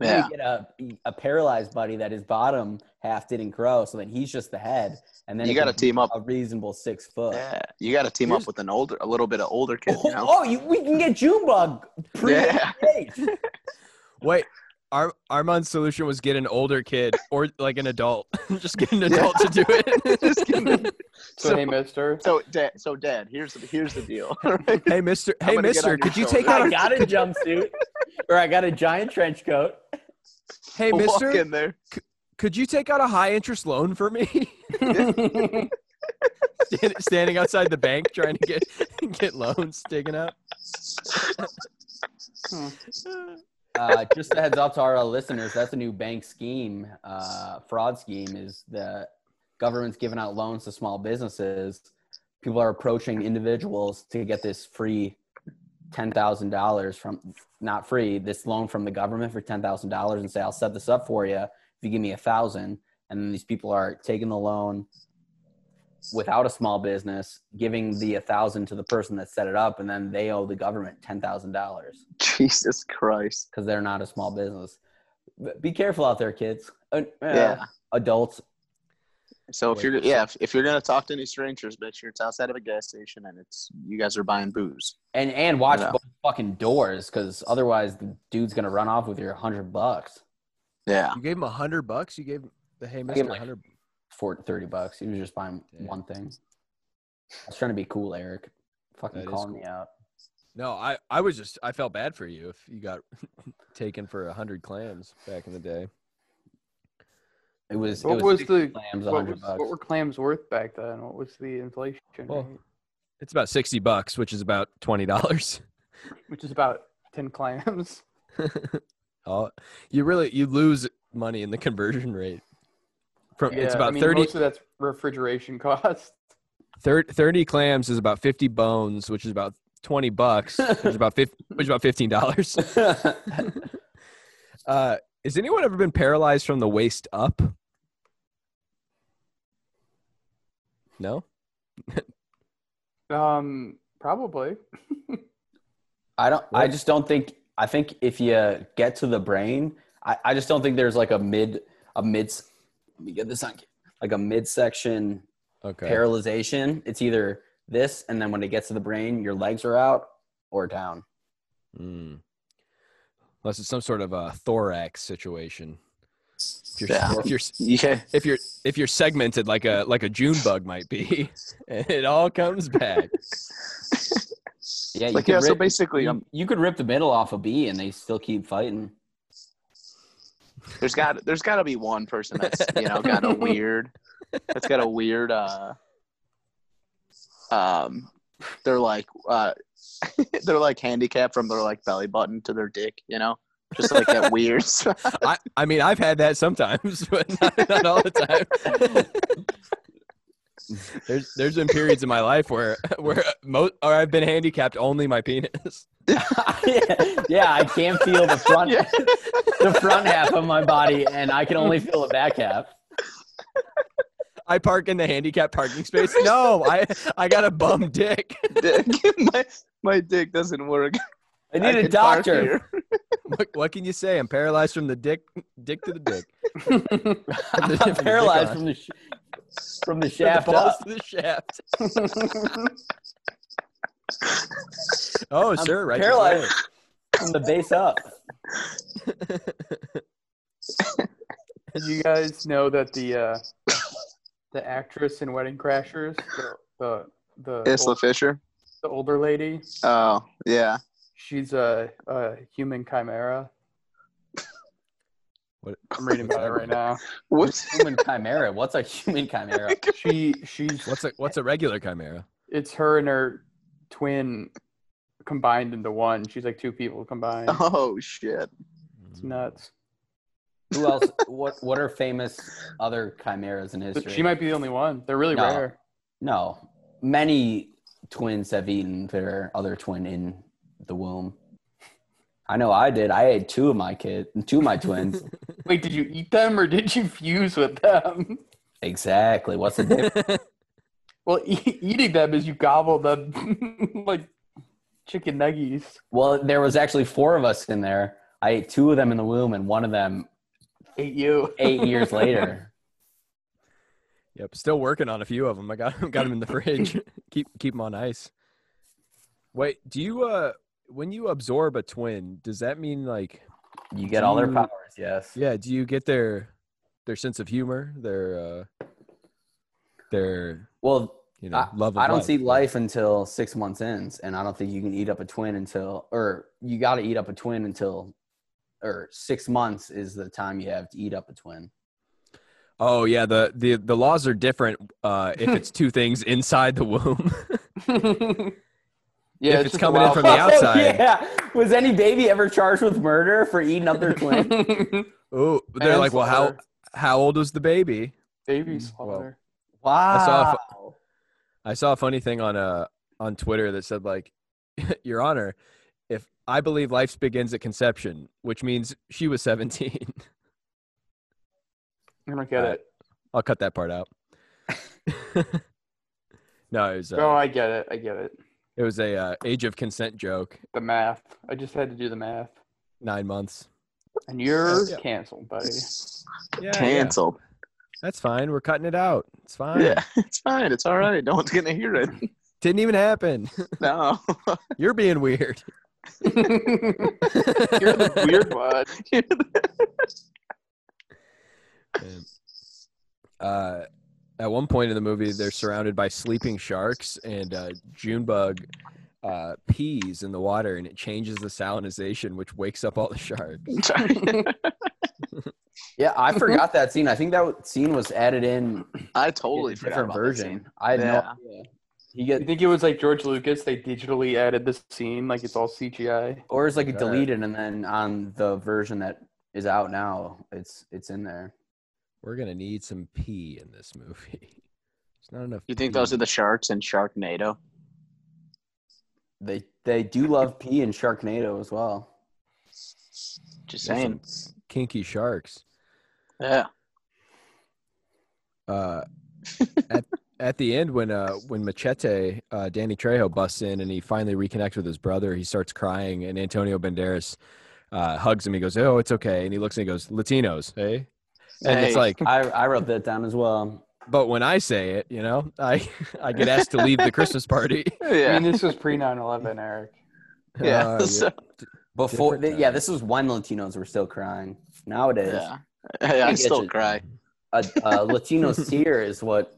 Speaker 2: You
Speaker 7: Yeah.
Speaker 2: need to get a, a paralyzed buddy that his bottom half didn't grow so that he's just the head and then
Speaker 7: You
Speaker 2: it
Speaker 7: gotta
Speaker 2: can be
Speaker 7: team up.
Speaker 2: a reasonable six foot
Speaker 7: Yeah. You got to team
Speaker 4: Here's-
Speaker 7: up with an older, a little bit of older kid.
Speaker 2: Oh,
Speaker 7: You know?
Speaker 2: oh, you, we can get Junebug pre
Speaker 7: Yeah.
Speaker 2: age.
Speaker 4: Wait, Ar- Armand's solution was get an older kid or like an adult. Just get an adult to do it.
Speaker 7: Just kidding.
Speaker 6: So, hey, Mister,
Speaker 7: So, dad, so dad, here's the here's the deal.
Speaker 4: hey, Mister. Hey,
Speaker 7: gonna get
Speaker 4: Mister.
Speaker 7: on your
Speaker 4: Could you
Speaker 7: shoulder.
Speaker 4: take out?
Speaker 2: I
Speaker 4: A,
Speaker 2: got a jumpsuit, or I got a giant trench coat.
Speaker 4: hey,
Speaker 7: Walk
Speaker 4: Mister.
Speaker 7: in there.
Speaker 4: Could you take out a high interest loan for me? Stand- standing outside the bank trying to get get loans taken out.
Speaker 2: uh, just a heads up to our listeners, that's a new bank scheme, uh, fraud scheme, is the government's giving out loans to small businesses. People are approaching individuals to get this free ten thousand dollars from not free this loan from the government for ten thousand dollars and say I'll set this up for you if you give me a thousand. And then these people are taking the loan without a small business, giving the a thousand to the person that set it up, and then they owe the government ten thousand dollars
Speaker 7: Jesus Christ.
Speaker 2: because they're not a small business. But Be careful out there, kids. Uh, uh,
Speaker 7: Yeah.
Speaker 2: Adults.
Speaker 7: So if
Speaker 2: Wait,
Speaker 7: you're yeah, if, if you're gonna talk to any strangers, make sure it's outside of a gas station and it's you guys are buying booze.
Speaker 2: And and watch
Speaker 7: Yeah.
Speaker 2: both fucking doors because otherwise the dude's gonna run off with your hundred bucks.
Speaker 7: Yeah.
Speaker 4: You gave him a hundred bucks. You gave the hey
Speaker 2: gave him,
Speaker 4: mister a
Speaker 2: like,
Speaker 4: hundred.
Speaker 2: For 30 bucks. He was just buying
Speaker 4: Damn.
Speaker 2: one thing. I was trying to be cool, Eric. Fucking
Speaker 4: That is
Speaker 2: calling
Speaker 4: cool.
Speaker 2: me out.
Speaker 4: No, I I was just I felt bad for you if you got taken for a hundred clams back in the day.
Speaker 2: It was
Speaker 6: what
Speaker 2: it
Speaker 6: was,
Speaker 2: was,
Speaker 6: the
Speaker 2: clams,
Speaker 6: what,
Speaker 2: hundred
Speaker 6: was,
Speaker 2: bucks.
Speaker 6: what were clams worth back then? What was the inflation?
Speaker 4: Well-
Speaker 6: rate?
Speaker 4: It's about sixty bucks, which is about twenty dollars.
Speaker 6: Which is about ten clams.
Speaker 4: oh, you really you lose money in the conversion rate. From it's
Speaker 6: Yeah, I
Speaker 4: about
Speaker 6: mean,
Speaker 4: thirty
Speaker 6: Most of that's refrigeration cost.
Speaker 4: thir 30, clams is about fifty bones, which is about twenty bucks, which is about 50, which is about fifteen dollars. Uh, has anyone ever been paralyzed from the waist up? No.
Speaker 6: Um, probably.
Speaker 2: I don't I just don't think I think if you get to the brain, I, I just don't think there's like a mid a mid let me get this on like a midsection
Speaker 4: Okay.
Speaker 2: paralyzation. It's either this, and then when it gets to the brain, your legs are out or down.
Speaker 4: Mm. Unless it's some sort of a thorax situation. If you're,
Speaker 7: Yeah.
Speaker 4: if you're
Speaker 7: Yeah.
Speaker 4: if you're if you're segmented like a like a June bug might be, and it all comes back.
Speaker 2: Yeah, you
Speaker 7: Like
Speaker 2: could
Speaker 7: yeah, so
Speaker 2: rip,
Speaker 7: basically um,
Speaker 2: you, you could rip the middle off a bee, and they still keep fighting.
Speaker 7: there's got there's gotta be one person that's you know got a weird that's got a weird uh um they're like uh they're like handicapped from their like belly button to their dick, you know? Just like that weird
Speaker 4: I I mean I've had that sometimes, but not, not all the time. there's there's been periods in my life where where mo or I've been handicapped only my penis.
Speaker 2: yeah, I can't feel the front
Speaker 7: Yeah.
Speaker 2: the front half of my body, and I can only feel the back half.
Speaker 4: I park in the handicap parking space. No, I I got a bum dick.
Speaker 7: dick. my, my dick doesn't work.
Speaker 2: I need a
Speaker 7: can park
Speaker 2: doctor.
Speaker 7: here.
Speaker 4: What, what can you say? I'm paralyzed from the dick, dick to the dick. From the-
Speaker 2: I'm
Speaker 4: from the dick
Speaker 2: paralyzed
Speaker 4: on.
Speaker 2: from the sh-
Speaker 4: From
Speaker 2: from the
Speaker 4: the
Speaker 2: shaft
Speaker 4: balls
Speaker 2: up.
Speaker 4: to the shaft. oh,
Speaker 2: I'm
Speaker 4: sir, right. this
Speaker 2: paralyzed
Speaker 4: way.
Speaker 2: from the base up.
Speaker 6: Did you guys know that the uh, the actress in Wedding Crashers, the the the,
Speaker 7: Isla
Speaker 6: old-
Speaker 7: Fisher.
Speaker 6: the older lady,
Speaker 7: Oh yeah.
Speaker 6: she's a, a human chimera.
Speaker 4: What-
Speaker 6: I'm reading about it right now.
Speaker 7: What's
Speaker 2: Human chimera. What's a human chimera?
Speaker 6: She she's
Speaker 4: What's a what's a regular chimera?
Speaker 6: it's her and her twin combined into one. She's like two people combined.
Speaker 7: Oh shit.
Speaker 4: Mm-hmm.
Speaker 6: It's nuts.
Speaker 2: Who else? What What are famous other chimeras in
Speaker 6: But
Speaker 2: history?
Speaker 6: She might be the only one. They're really
Speaker 2: No.
Speaker 6: rare.
Speaker 2: No, many twins have eaten their other twin in the womb. I know I did. I ate two of my kids, two of my twins.
Speaker 6: Wait, did you eat them or did you fuse with them?
Speaker 2: exactly. What's the difference?
Speaker 6: Well, e- eating them is you gobble them like chicken nuggies.
Speaker 2: Well, there was actually four of us in there. I ate two of them in the womb, and one of them
Speaker 6: Ate you.
Speaker 2: eight years later.
Speaker 4: Yep, still working on a few of them. I got got them in the fridge. keep keep them on ice. Wait, do you uh when you absorb a twin, does that mean like
Speaker 2: You get all their
Speaker 4: Dude.
Speaker 2: powers. Yes.
Speaker 4: yeah, do you get their their sense of humor, their uh their
Speaker 2: Well,
Speaker 4: you know, love of
Speaker 2: I don't
Speaker 4: life?
Speaker 2: see life until six months ends, and I don't think you can eat up a twin until, or you got to eat up a twin until, or six months is the time you have to eat up a twin.
Speaker 4: Oh yeah, the the the laws are different uh if it's two things inside the womb.
Speaker 6: yeah,
Speaker 4: if it's
Speaker 6: just
Speaker 4: coming in
Speaker 6: wild-
Speaker 4: from the outside.
Speaker 2: yeah. Was any baby ever charged with murder for eating up their twin?
Speaker 4: Oh, they're like, "Well, how
Speaker 6: Manslaughter.
Speaker 4: how old was the baby?"
Speaker 6: baby
Speaker 4: Well,
Speaker 6: slaughter.
Speaker 2: wow.
Speaker 4: I saw a I saw a funny thing on uh on Twitter that said like, "Your Honor, if I believe life begins at conception, which means she was 17."
Speaker 6: I don't get
Speaker 4: Uh,
Speaker 6: it.
Speaker 4: I'll cut that part out. no, it was uh,
Speaker 6: Oh, I get it. I get it.
Speaker 4: it was a uh, age of consent joke.
Speaker 6: The math. I just had to do the math.
Speaker 4: Nine months.
Speaker 6: And you're
Speaker 4: Yeah.
Speaker 6: canceled, buddy.
Speaker 4: Yeah,
Speaker 7: Canceled.
Speaker 4: that's fine. We're cutting it out. It's fine.
Speaker 7: Yeah, it's fine. It's all right. No one's gonna hear it.
Speaker 4: Didn't even happen.
Speaker 7: No,
Speaker 4: You're being weird.
Speaker 6: You're the weird one.
Speaker 4: And, uh, at one point in the movie, they're surrounded by sleeping sharks, and uh, Junebug uh, pees in the water, and it changes the salinization, which wakes up all the sharks.
Speaker 2: Yeah,
Speaker 4: Mm-hmm.
Speaker 2: I forgot that scene. I think that scene was added in
Speaker 7: I
Speaker 2: a
Speaker 7: totally forgot
Speaker 2: different
Speaker 7: about that scene.
Speaker 2: version. I had
Speaker 7: Yeah.
Speaker 2: no idea. He
Speaker 6: You
Speaker 2: get
Speaker 6: think it was like George Lucas? They digitally added this scene, like it's all CGI.
Speaker 2: or it's like
Speaker 4: Alright.
Speaker 2: deleted, and then on the version that is out now, it's it's in there.
Speaker 4: We're gonna need some pee in this movie. It's not enough.
Speaker 7: You think those
Speaker 4: pee.
Speaker 7: are the sharks in Sharknado?
Speaker 2: They they do love pee in Sharknado as well.
Speaker 7: Just
Speaker 4: There's
Speaker 7: saying.
Speaker 4: kinky sharks?
Speaker 7: Yeah.
Speaker 4: Uh, at, at the end, when uh, when Machete, uh, Danny Trejo busts in and he finally reconnects with his brother, he starts crying, and Antonio Banderas uh, hugs him. He goes, "Oh, it's okay," and he looks and he goes, "Latinos, eh?" And it's
Speaker 7: Hey.
Speaker 4: like,
Speaker 2: I I wrote that down as well.
Speaker 4: but when I say it, you know, I I get asked to leave the Christmas party.
Speaker 6: I
Speaker 7: Yeah.
Speaker 6: mean, this was pre 9 11, Eric.
Speaker 7: Yeah.
Speaker 4: Uh,
Speaker 7: so-
Speaker 2: Before,
Speaker 4: Different
Speaker 2: yeah,
Speaker 4: time.
Speaker 2: this is when Latinos were still crying. Nowadays,
Speaker 7: yeah. Hey, I
Speaker 2: get
Speaker 7: still
Speaker 2: you.
Speaker 7: cry.
Speaker 2: a, a Latino's tear is what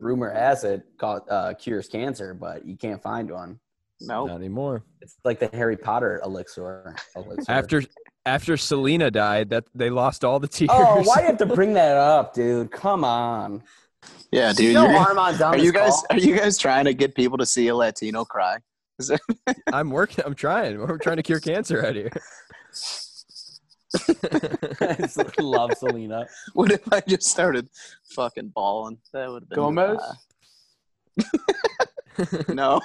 Speaker 2: rumor has it called, uh, cures cancer, but you can't find one.
Speaker 7: No.
Speaker 4: Not anymore.
Speaker 2: It's like the Harry Potter elixir. elixir.
Speaker 4: After after Selena died, that they lost all the tears.
Speaker 2: oh, why do you have to bring that up, dude? Come on.
Speaker 7: Yeah, dude.
Speaker 2: No
Speaker 7: you're-
Speaker 2: Armand
Speaker 7: are you guys are you guys trying to get people to see a Latino cry?
Speaker 4: I'm working. I'm trying. We're trying to cure cancer out here.
Speaker 2: love Selena.
Speaker 7: What if I just started fucking bawling? That would have been
Speaker 6: Gomez?
Speaker 7: uh, no.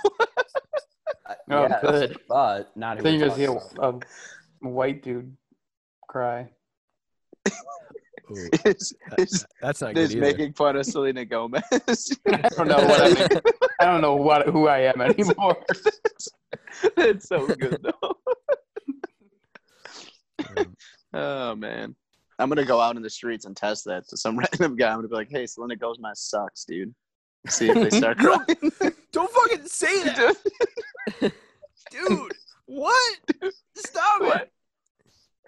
Speaker 6: Oh,
Speaker 2: Yes,
Speaker 6: good.
Speaker 2: Uh, But not. who
Speaker 6: Then
Speaker 2: we're
Speaker 6: you just
Speaker 2: talking
Speaker 6: hear
Speaker 2: about.
Speaker 6: a, a white dude cry.
Speaker 4: Ooh,
Speaker 7: is, is,
Speaker 4: that's not good
Speaker 7: is
Speaker 4: either.
Speaker 7: making fun of Selena Gomez.
Speaker 6: I don't know what I, mean. I don't know what who I am anymore.
Speaker 7: That's so good though. Oh man. I'm gonna go out in the streets and test that to some random guy. I'm gonna be like, "Hey, Selena Gomez sucks, dude." See if they start crying.
Speaker 4: Don't fucking say that, dude. oh, What? Stop
Speaker 7: What?
Speaker 4: it.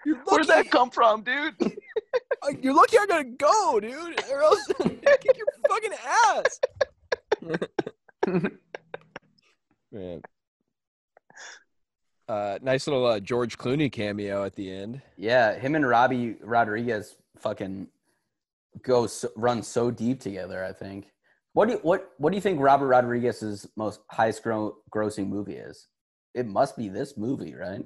Speaker 4: You're
Speaker 7: Where did
Speaker 4: lucky-
Speaker 7: that come from, dude?
Speaker 4: Uh, You're lucky I gotta go, dude, or else kick your fucking ass. Man. Uh, nice little uh, George Clooney cameo at the end.
Speaker 2: Yeah, him and Robbie Rodriguez fucking go so, run so deep together. I think. What do you, what what do you think Robert Rodriguez's most highest gro- grossing movie is? It must be this movie, right?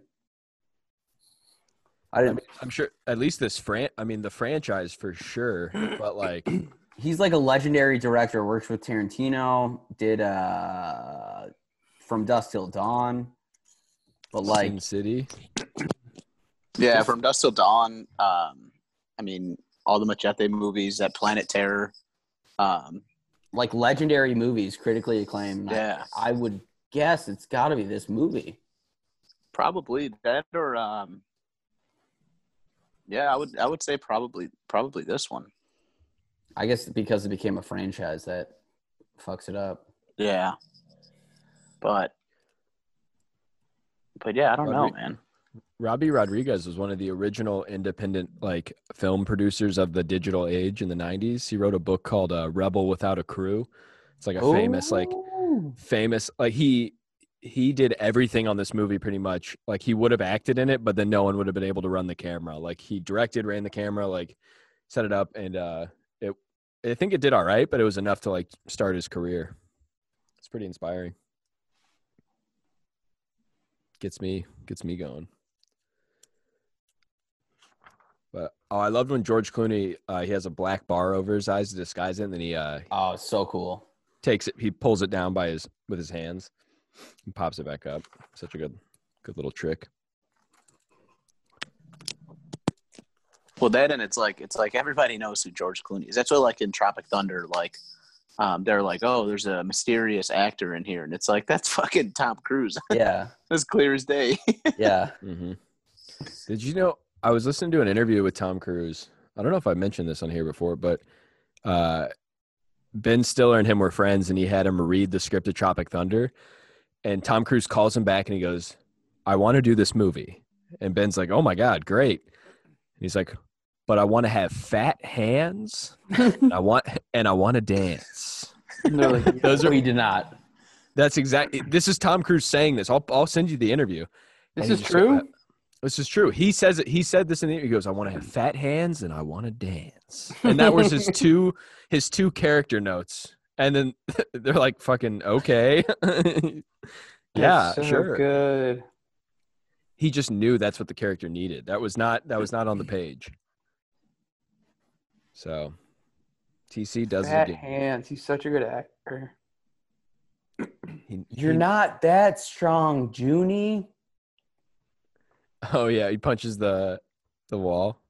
Speaker 2: I didn't.
Speaker 4: I'm sure at least this fran I mean the franchise for sure, but like
Speaker 2: He's like a legendary director. Works with Tarantino. Did uh, From Dusk Till Dawn. But like,
Speaker 4: Sin City.
Speaker 7: Yeah, from Dust Till Dawn. Um, I mean, all the Machete movies, that Planet Terror. Um,
Speaker 2: like legendary movies, critically acclaimed. I-
Speaker 7: yeah,
Speaker 2: I, would guess it's got to be this movie.
Speaker 7: probably that or um, yeah, I would I would say probably probably this one.
Speaker 2: I guess because it became a franchise that fucks it up.
Speaker 7: Yeah, but but yeah, I don't know,
Speaker 4: Rodri-
Speaker 7: man.
Speaker 4: Robbie Rodriguez was one of the original independent like film producers of the digital age in the 90s. He wrote a book called uh, Rebel Without a Crew. It's like a famous like
Speaker 2: Ooh.
Speaker 4: famous like he he did everything on this movie pretty much. Like he would have acted in it but then no one would have been able to run the camera. Like he directed, ran the camera, like set it up and uh it I think it did all right, but it was enough to like start his career. It's pretty inspiring. Gets me gets me going. But oh, I loved when George Clooney uh, he has a black bar over his eyes to disguise it, and then he uh,
Speaker 2: Oh, it's so cool.
Speaker 4: takes it, he pulls it down by his with his hands, and pops it back up. Such a good, good little trick.
Speaker 7: Well, that and it's like it's like everybody knows who George Clooney is. That's why, like in Tropic Thunder, like um, they're like, oh, there's a mysterious actor in here, and it's like that's fucking Tom Cruise.
Speaker 2: Yeah,
Speaker 7: That's clear as day.
Speaker 2: yeah.
Speaker 4: Mm-hmm. Did you know? I was listening to an interview with Tom Cruise. I don't know if I mentioned this on here before, but uh, Ben Stiller and him were friends, and he had him read the script of Tropic Thunder. And Tom Cruise calls him back and he goes, I want to do this movie. And Ben's like, Oh my God, great. And he's like, But I want to have fat hands. and I want and I want to dance. Those are
Speaker 2: we did not.
Speaker 4: that's exactly this is Tom Cruise saying this. I'll I'll send you the interview.
Speaker 6: This
Speaker 4: And
Speaker 6: is
Speaker 4: he just went,
Speaker 6: true?
Speaker 4: "Uh, This is true. He says it. He said this in the interview. He goes, "I want to have fat hands and I want to dance." And that was his two his two character notes. And then they're like, "Fucking okay." yeah,
Speaker 6: That's so
Speaker 4: sure.
Speaker 6: Good.
Speaker 4: He just knew that's what the character needed. That was not that was not on the page. So, TC does it
Speaker 6: Fat
Speaker 4: again.
Speaker 6: hands. He's such a good actor.
Speaker 4: He-
Speaker 2: You're
Speaker 4: he-
Speaker 2: not that strong, Junie.
Speaker 4: Oh yeah, he punches the the wall.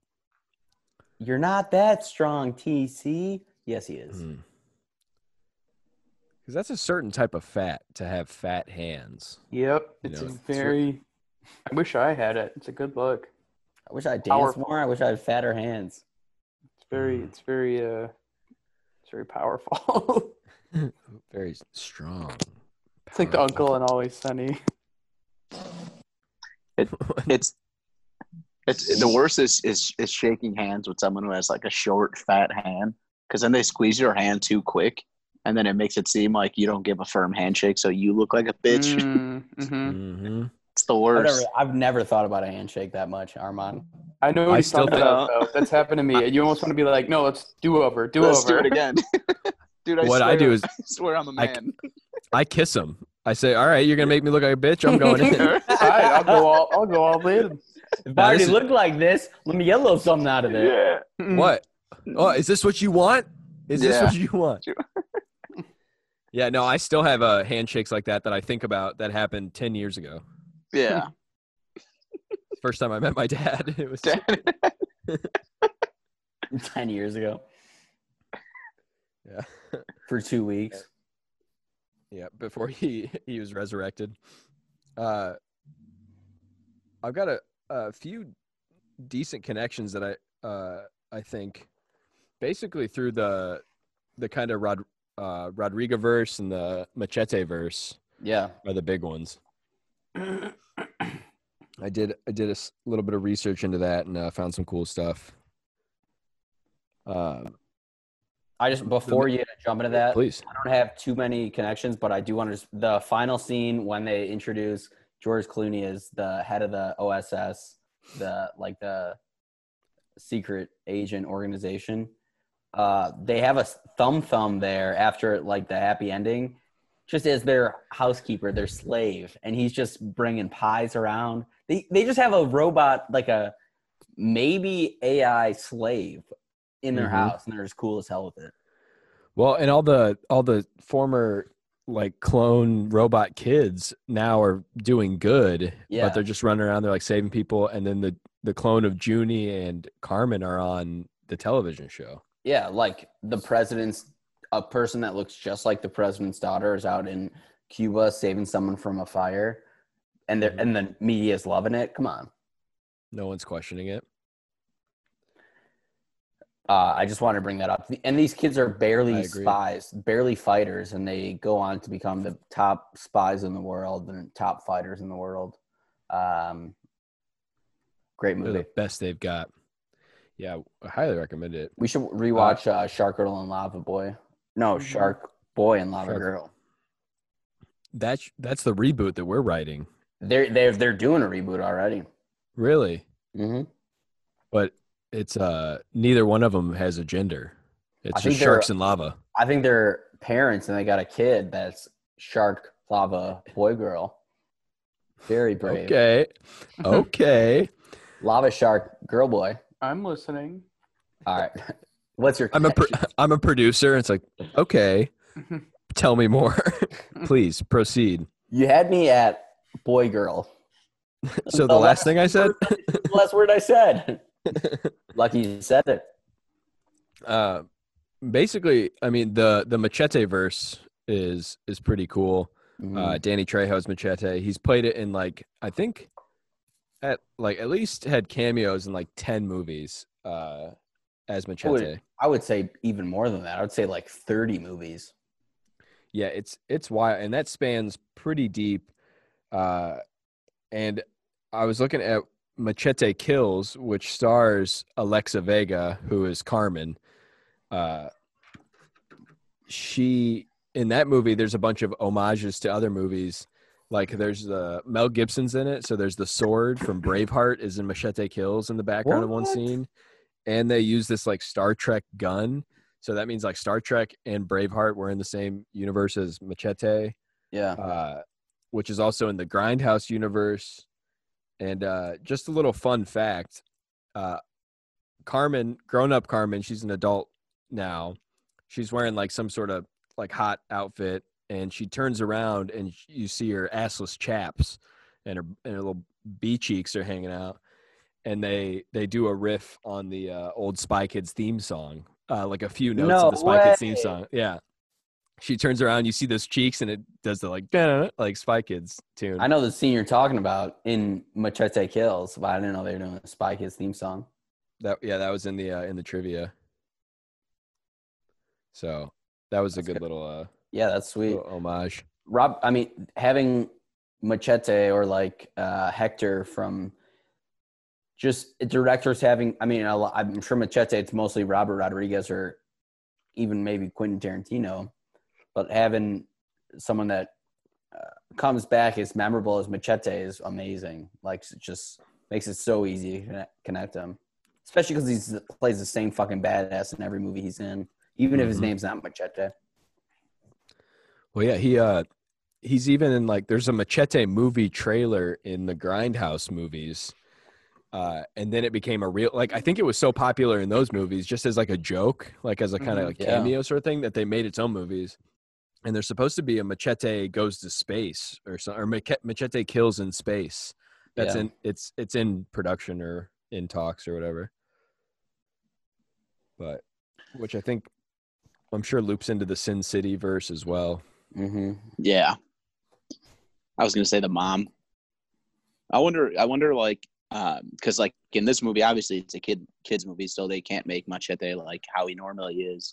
Speaker 2: You're not that strong, TC. Yes, he is.
Speaker 4: Because that's a certain type of fat to have fat hands.
Speaker 6: Yep.
Speaker 4: You
Speaker 6: It's
Speaker 4: know,
Speaker 6: a
Speaker 4: it's re-
Speaker 6: very. I wish I had it. It's a good look.
Speaker 2: I wish I danced
Speaker 6: Powerful.
Speaker 2: more. I wish I had fatter hands.
Speaker 6: It's very.
Speaker 4: Mhm.
Speaker 6: It's very. Uh. It's very powerful.
Speaker 4: Very strong.
Speaker 6: it's like the uncle in Always Sunny.
Speaker 7: it's it's the worst is, is is shaking hands with someone who has like a short, fat hand, because then they squeeze your hand too quick, and then it makes it seem like you don't give a firm handshake, so you look like a bitch.
Speaker 6: Mm, mhm.
Speaker 4: hmm
Speaker 7: It's the
Speaker 2: I've
Speaker 7: worst.
Speaker 2: never, I've never thought about a handshake that much, Armand.
Speaker 6: I know what
Speaker 4: I
Speaker 6: he's
Speaker 4: still
Speaker 6: talking
Speaker 7: think-
Speaker 6: about. Though. That's happened to me. You almost want to be like, no, let's do over. Do
Speaker 7: Let's
Speaker 6: over.
Speaker 7: do it again, dude. I
Speaker 4: What I
Speaker 7: swear-
Speaker 4: do is
Speaker 7: I swear I'm a
Speaker 4: I-
Speaker 7: man.
Speaker 4: I kiss him. I say, "All right, you're gonna make me look like a bitch. I'm going in."
Speaker 6: All right, I'll go all. I'll go all in.
Speaker 2: If
Speaker 4: Now,
Speaker 2: I already
Speaker 4: this is-
Speaker 2: look like this, let me get a little something out of it.
Speaker 7: yeah.
Speaker 4: what? Oh, is this what you want? Is this
Speaker 7: Yeah.
Speaker 4: what you want? yeah. No, I still have uh, handshakes like that that I think about that happened ten years ago.
Speaker 7: Yeah.
Speaker 4: First time I met my dad, it was.
Speaker 2: ten years ago
Speaker 4: Yeah.
Speaker 2: for two weeks.
Speaker 4: Yeah, before he he was resurrected. Uh I've got a a few decent connections that I uh I think basically through the the kind of Rod uh Rodrigo verse and the Machete verse
Speaker 2: Yeah.
Speaker 4: are the big ones. I did I did a s- little bit of research into that and uh, found some cool stuff. Um,
Speaker 2: I just before you jump into that,
Speaker 4: please.
Speaker 2: I don't have too many connections, but I do want to. The final scene when they introduce George Clooney as the head of the OSS, the like the secret agent organization. Uh, they have a thumb thumb there after like the happy ending, just as their housekeeper, their slave, and he's just bringing pies around. They they just have a robot like a maybe AI slave in their
Speaker 4: Mhm.
Speaker 2: house, and they're as cool as hell with it.
Speaker 4: Well, and all the all the former like clone robot kids now are doing good,
Speaker 2: Yeah.
Speaker 4: but they're just running around. They're like saving people, and then the the clone of Junie and Carmen are on the television show.
Speaker 2: Yeah, like the president's a person that looks just like the president's daughter is out in Cuba saving someone from a fire, and they're
Speaker 4: Mm-hmm.
Speaker 2: and the media is loving it. Come on,
Speaker 4: No one's questioning it.
Speaker 2: uh, I just wanted to bring that up. And these kids are
Speaker 4: I
Speaker 2: barely
Speaker 4: agree.
Speaker 2: spies, barely fighters, and they go on to become the top spies in the world and top fighters in the world. Um, great
Speaker 4: They're
Speaker 2: movie.
Speaker 4: the best they've got. Yeah, I highly recommend it.
Speaker 2: We should rewatch uh, Shark Girl and Lava Boy. No,
Speaker 6: Mhm.
Speaker 2: Shark Boy and Lava
Speaker 4: Mm-hmm. Shark-
Speaker 2: Girl.
Speaker 4: That's that's the reboot that we're writing.
Speaker 2: They're they're they're doing a reboot already.
Speaker 4: Really,
Speaker 2: hmm
Speaker 4: Mm-hmm. but it's uh neither one of them has a gender. It's
Speaker 2: think
Speaker 4: just
Speaker 2: they're-
Speaker 4: sharks and lava.
Speaker 2: I think they're parents and they got a kid that's shark lava boy girl. Very brave.
Speaker 4: Okay, okay.
Speaker 2: Lava shark girl boy.
Speaker 6: I'm listening.
Speaker 2: All right. What's your
Speaker 4: I'm a pro-
Speaker 2: connection?
Speaker 4: I'm a producer. And it's like, okay, tell me more, please proceed.
Speaker 2: You had me at boy girl.
Speaker 4: So the last thing I said,
Speaker 2: the last word I said. Lucky you said it.
Speaker 4: uh, basically, I mean the the machete verse is is pretty cool.
Speaker 2: Mm-hmm.
Speaker 4: Uh, Danny Trejo's machete. He's played it in like I think at like at least had cameos in like ten movies uh, as machete.
Speaker 2: I would say even more than that. I would say like 30 movies.
Speaker 4: yeah it's it's wild and that spans pretty deep uh and i was looking at machete kills which stars alexa vega who is carmen uh she in that movie there's a bunch of homages to other movies like there's the mel gibson's in it so there's the sword from braveheart is in machete kills in the background of one
Speaker 2: What?
Speaker 4: scene and they use this like star trek gun so that means like Star Trek and Braveheart were in the same universe as Machete,
Speaker 2: Yeah.
Speaker 4: uh, which is also in the Grindhouse universe. And uh, just a little fun fact uh, Carmen, grown up Carmen, she's an adult now. She's wearing like some sort of like hot outfit and she turns around and sh- you see her assless chaps and her, and her little bee cheeks are hanging out and they they do a riff on the uh, old Spy Kids theme song, uh, like a few notes
Speaker 2: No
Speaker 4: of the Spy Kids theme
Speaker 2: way.
Speaker 4: song. Yeah, she turns around, you see those cheeks, and it does the like da like Spy Kids tune.
Speaker 2: I know the scene you're talking about in Machete Kills, but I didn't know they were doing a Spy Kids theme song.
Speaker 4: that yeah, that was in the uh, in the trivia. So that was a
Speaker 2: That's
Speaker 4: good,
Speaker 2: good.
Speaker 4: little uh
Speaker 2: Yeah, that's sweet.
Speaker 4: little homage.
Speaker 2: Rob, I mean, having Machete or like uh, Hector from just directors having, I mean, a lo- I'm sure Machete, it's mostly Robert Rodriguez or even maybe Quentin Tarantino, but having someone that uh, comes back as memorable as Machete is amazing. Like, it just makes it so easy to connect- connect him, especially because he plays the same fucking badass in every movie he's in, even if his
Speaker 4: Mhm.
Speaker 2: name's not Machete.
Speaker 4: Well, yeah, he uh he's even in like there's a Machete movie trailer in the Grindhouse movies. Uh, and then it became a real like I think it was so popular in those movies just as like a joke, like as a kind of
Speaker 6: Mhm.
Speaker 4: like
Speaker 2: Mm-hmm. Yeah.
Speaker 4: cameo sort of thing that they made its own movies. And there's supposed to be a Machete goes to space or so, or Mache- Machete kills in space. That's
Speaker 2: Yeah.
Speaker 4: in it's it's in production or in talks or whatever. but which I think I'm sure loops into the Sin City verse as well.
Speaker 2: Mm-hmm.
Speaker 7: Yeah. I was gonna say the mom. I wonder. I wonder like because like in this movie, obviously it's a kid kids movie, so they can't make much at they like how he normally is.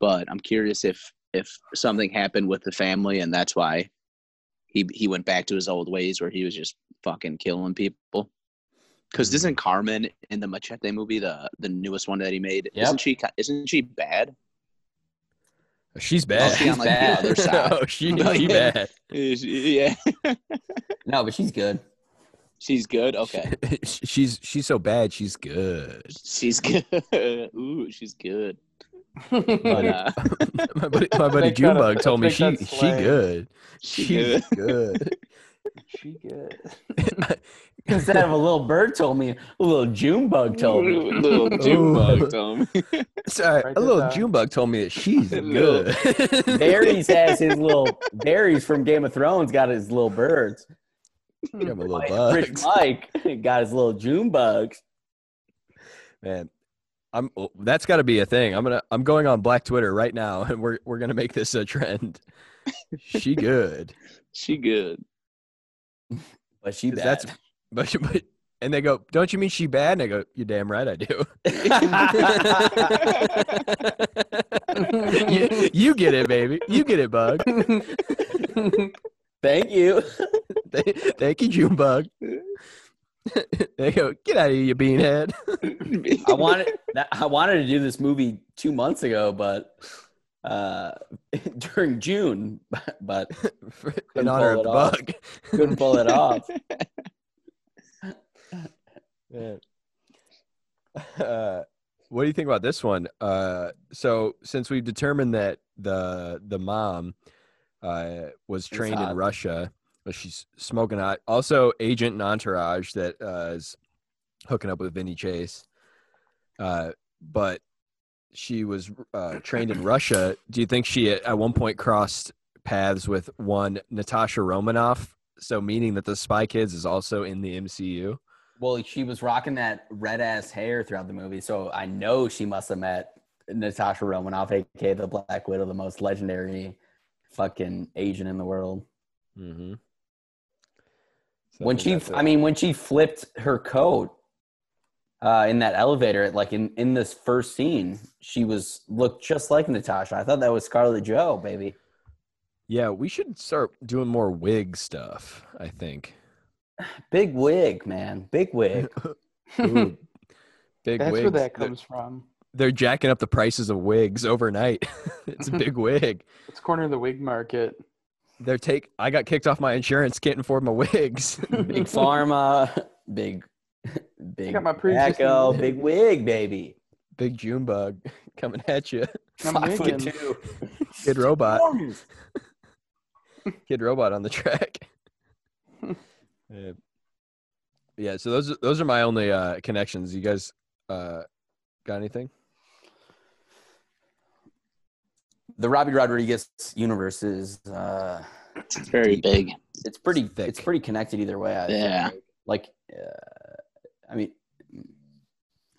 Speaker 7: But I'm curious if if something happened with the family and that's why he he went back to his old ways where he was just fucking killing people.
Speaker 4: Mm-hmm.
Speaker 7: Because isn't Carmen in the Machete movie the the newest one that he made?
Speaker 2: Yep.
Speaker 7: Isn't she ki- isn't she bad?
Speaker 4: She's bad.
Speaker 7: Oh, she on, like, the other side.
Speaker 4: oh, she, she bad.
Speaker 7: Is she- yeah,
Speaker 2: No, but she's good.
Speaker 7: she's good. Okay,
Speaker 4: she's she's so bad. She's good.
Speaker 7: she's good. Ooh, she's good. But
Speaker 6: That's
Speaker 7: uh,
Speaker 4: My buddy, my buddy
Speaker 6: Take that-
Speaker 4: Junebug told me
Speaker 6: take
Speaker 4: she
Speaker 6: that
Speaker 4: she
Speaker 6: slang.
Speaker 4: good.
Speaker 7: She
Speaker 4: She's good.
Speaker 2: She good. Instead of a little bird told me, a little June bug told me.
Speaker 7: little Junebug Tom.
Speaker 4: Sorry,
Speaker 6: Write
Speaker 4: a
Speaker 6: this
Speaker 4: little
Speaker 6: down.
Speaker 4: Junebug told me that she's
Speaker 7: Little-
Speaker 4: good.
Speaker 2: Barry's has his little Barry's from Game of Thrones got his little birds.
Speaker 4: She have a little
Speaker 2: Rich
Speaker 4: bugs.
Speaker 2: Mike got his little June bugs.
Speaker 4: Man, I'm oh, that's got to be a thing. I'm gonna I'm going on Black Twitter right now, and we're we're gonna make this a trend. She good.
Speaker 7: She good.
Speaker 2: But she
Speaker 4: 'Cause
Speaker 2: bad.
Speaker 4: That's but, but and they go, don't you mean she bad? And I go, you damn right I do. you, you get it, baby. You get it, Bug.
Speaker 2: Thank you.
Speaker 4: Th- Thank you, June Bug. they go, get out of here, you beanhead.
Speaker 2: I wanted that- I wanted to do this movie two months ago, but uh, during June, but
Speaker 4: For- In
Speaker 2: Couldn't
Speaker 4: honor of
Speaker 2: pull
Speaker 4: the
Speaker 2: it off.
Speaker 4: bug.
Speaker 2: couldn't pull it off.
Speaker 4: Uh, what do you think about this one? Uh, so since we've determined that the the mom uh, was trained in
Speaker 2: hot.
Speaker 4: Russia, but she's smoking hot. Also, agent and entourage that uh, is hooking up with Vinny Chase, uh, but she was uh, trained in Russia. Do you think she at, at one point crossed paths with one Natasha Romanoff? So meaning that the Spy Kids is also in the MCU.
Speaker 2: Well, she was rocking that red ass hair throughout the movie, so I know she must have met Natasha Romanoff, aka the Black Widow, the most legendary fucking Asian in the world.
Speaker 4: Mm-hmm.
Speaker 2: when she, I mean, when she flipped her coat uh, in that elevator, like in in this first scene, she was looked just like Natasha. I thought that was Scarlett Joe, baby.
Speaker 4: yeah, we should start doing more wig stuff. I think
Speaker 2: Big wig, man. Big wig.
Speaker 4: Ooh, big wigs.
Speaker 6: where that
Speaker 4: They're-
Speaker 6: comes from.
Speaker 4: They're, jacking up the prices of wigs overnight. it's a big wig.
Speaker 6: It's corner of the wig market.
Speaker 4: They're take. I got kicked off my insurance. Can't afford my wigs.
Speaker 2: big pharma. Big. Big
Speaker 6: got my pre-existing
Speaker 2: tobacco.
Speaker 6: wig.
Speaker 2: Big wig, baby.
Speaker 4: big June bug coming at you.
Speaker 6: I'm
Speaker 2: Five foot
Speaker 6: wigging.
Speaker 2: two.
Speaker 4: Kid
Speaker 2: Uh,
Speaker 4: robot. Kid Robot on the track. yeah. Yeah, so those are- those are my only uh connections. You guys uh got anything?
Speaker 2: The Robbie Rodriguez universe is. Uh,
Speaker 7: It's very big.
Speaker 2: it's pretty.
Speaker 4: Thick.
Speaker 2: It's pretty connected either way. I
Speaker 7: Yeah.
Speaker 2: Like, uh, I mean,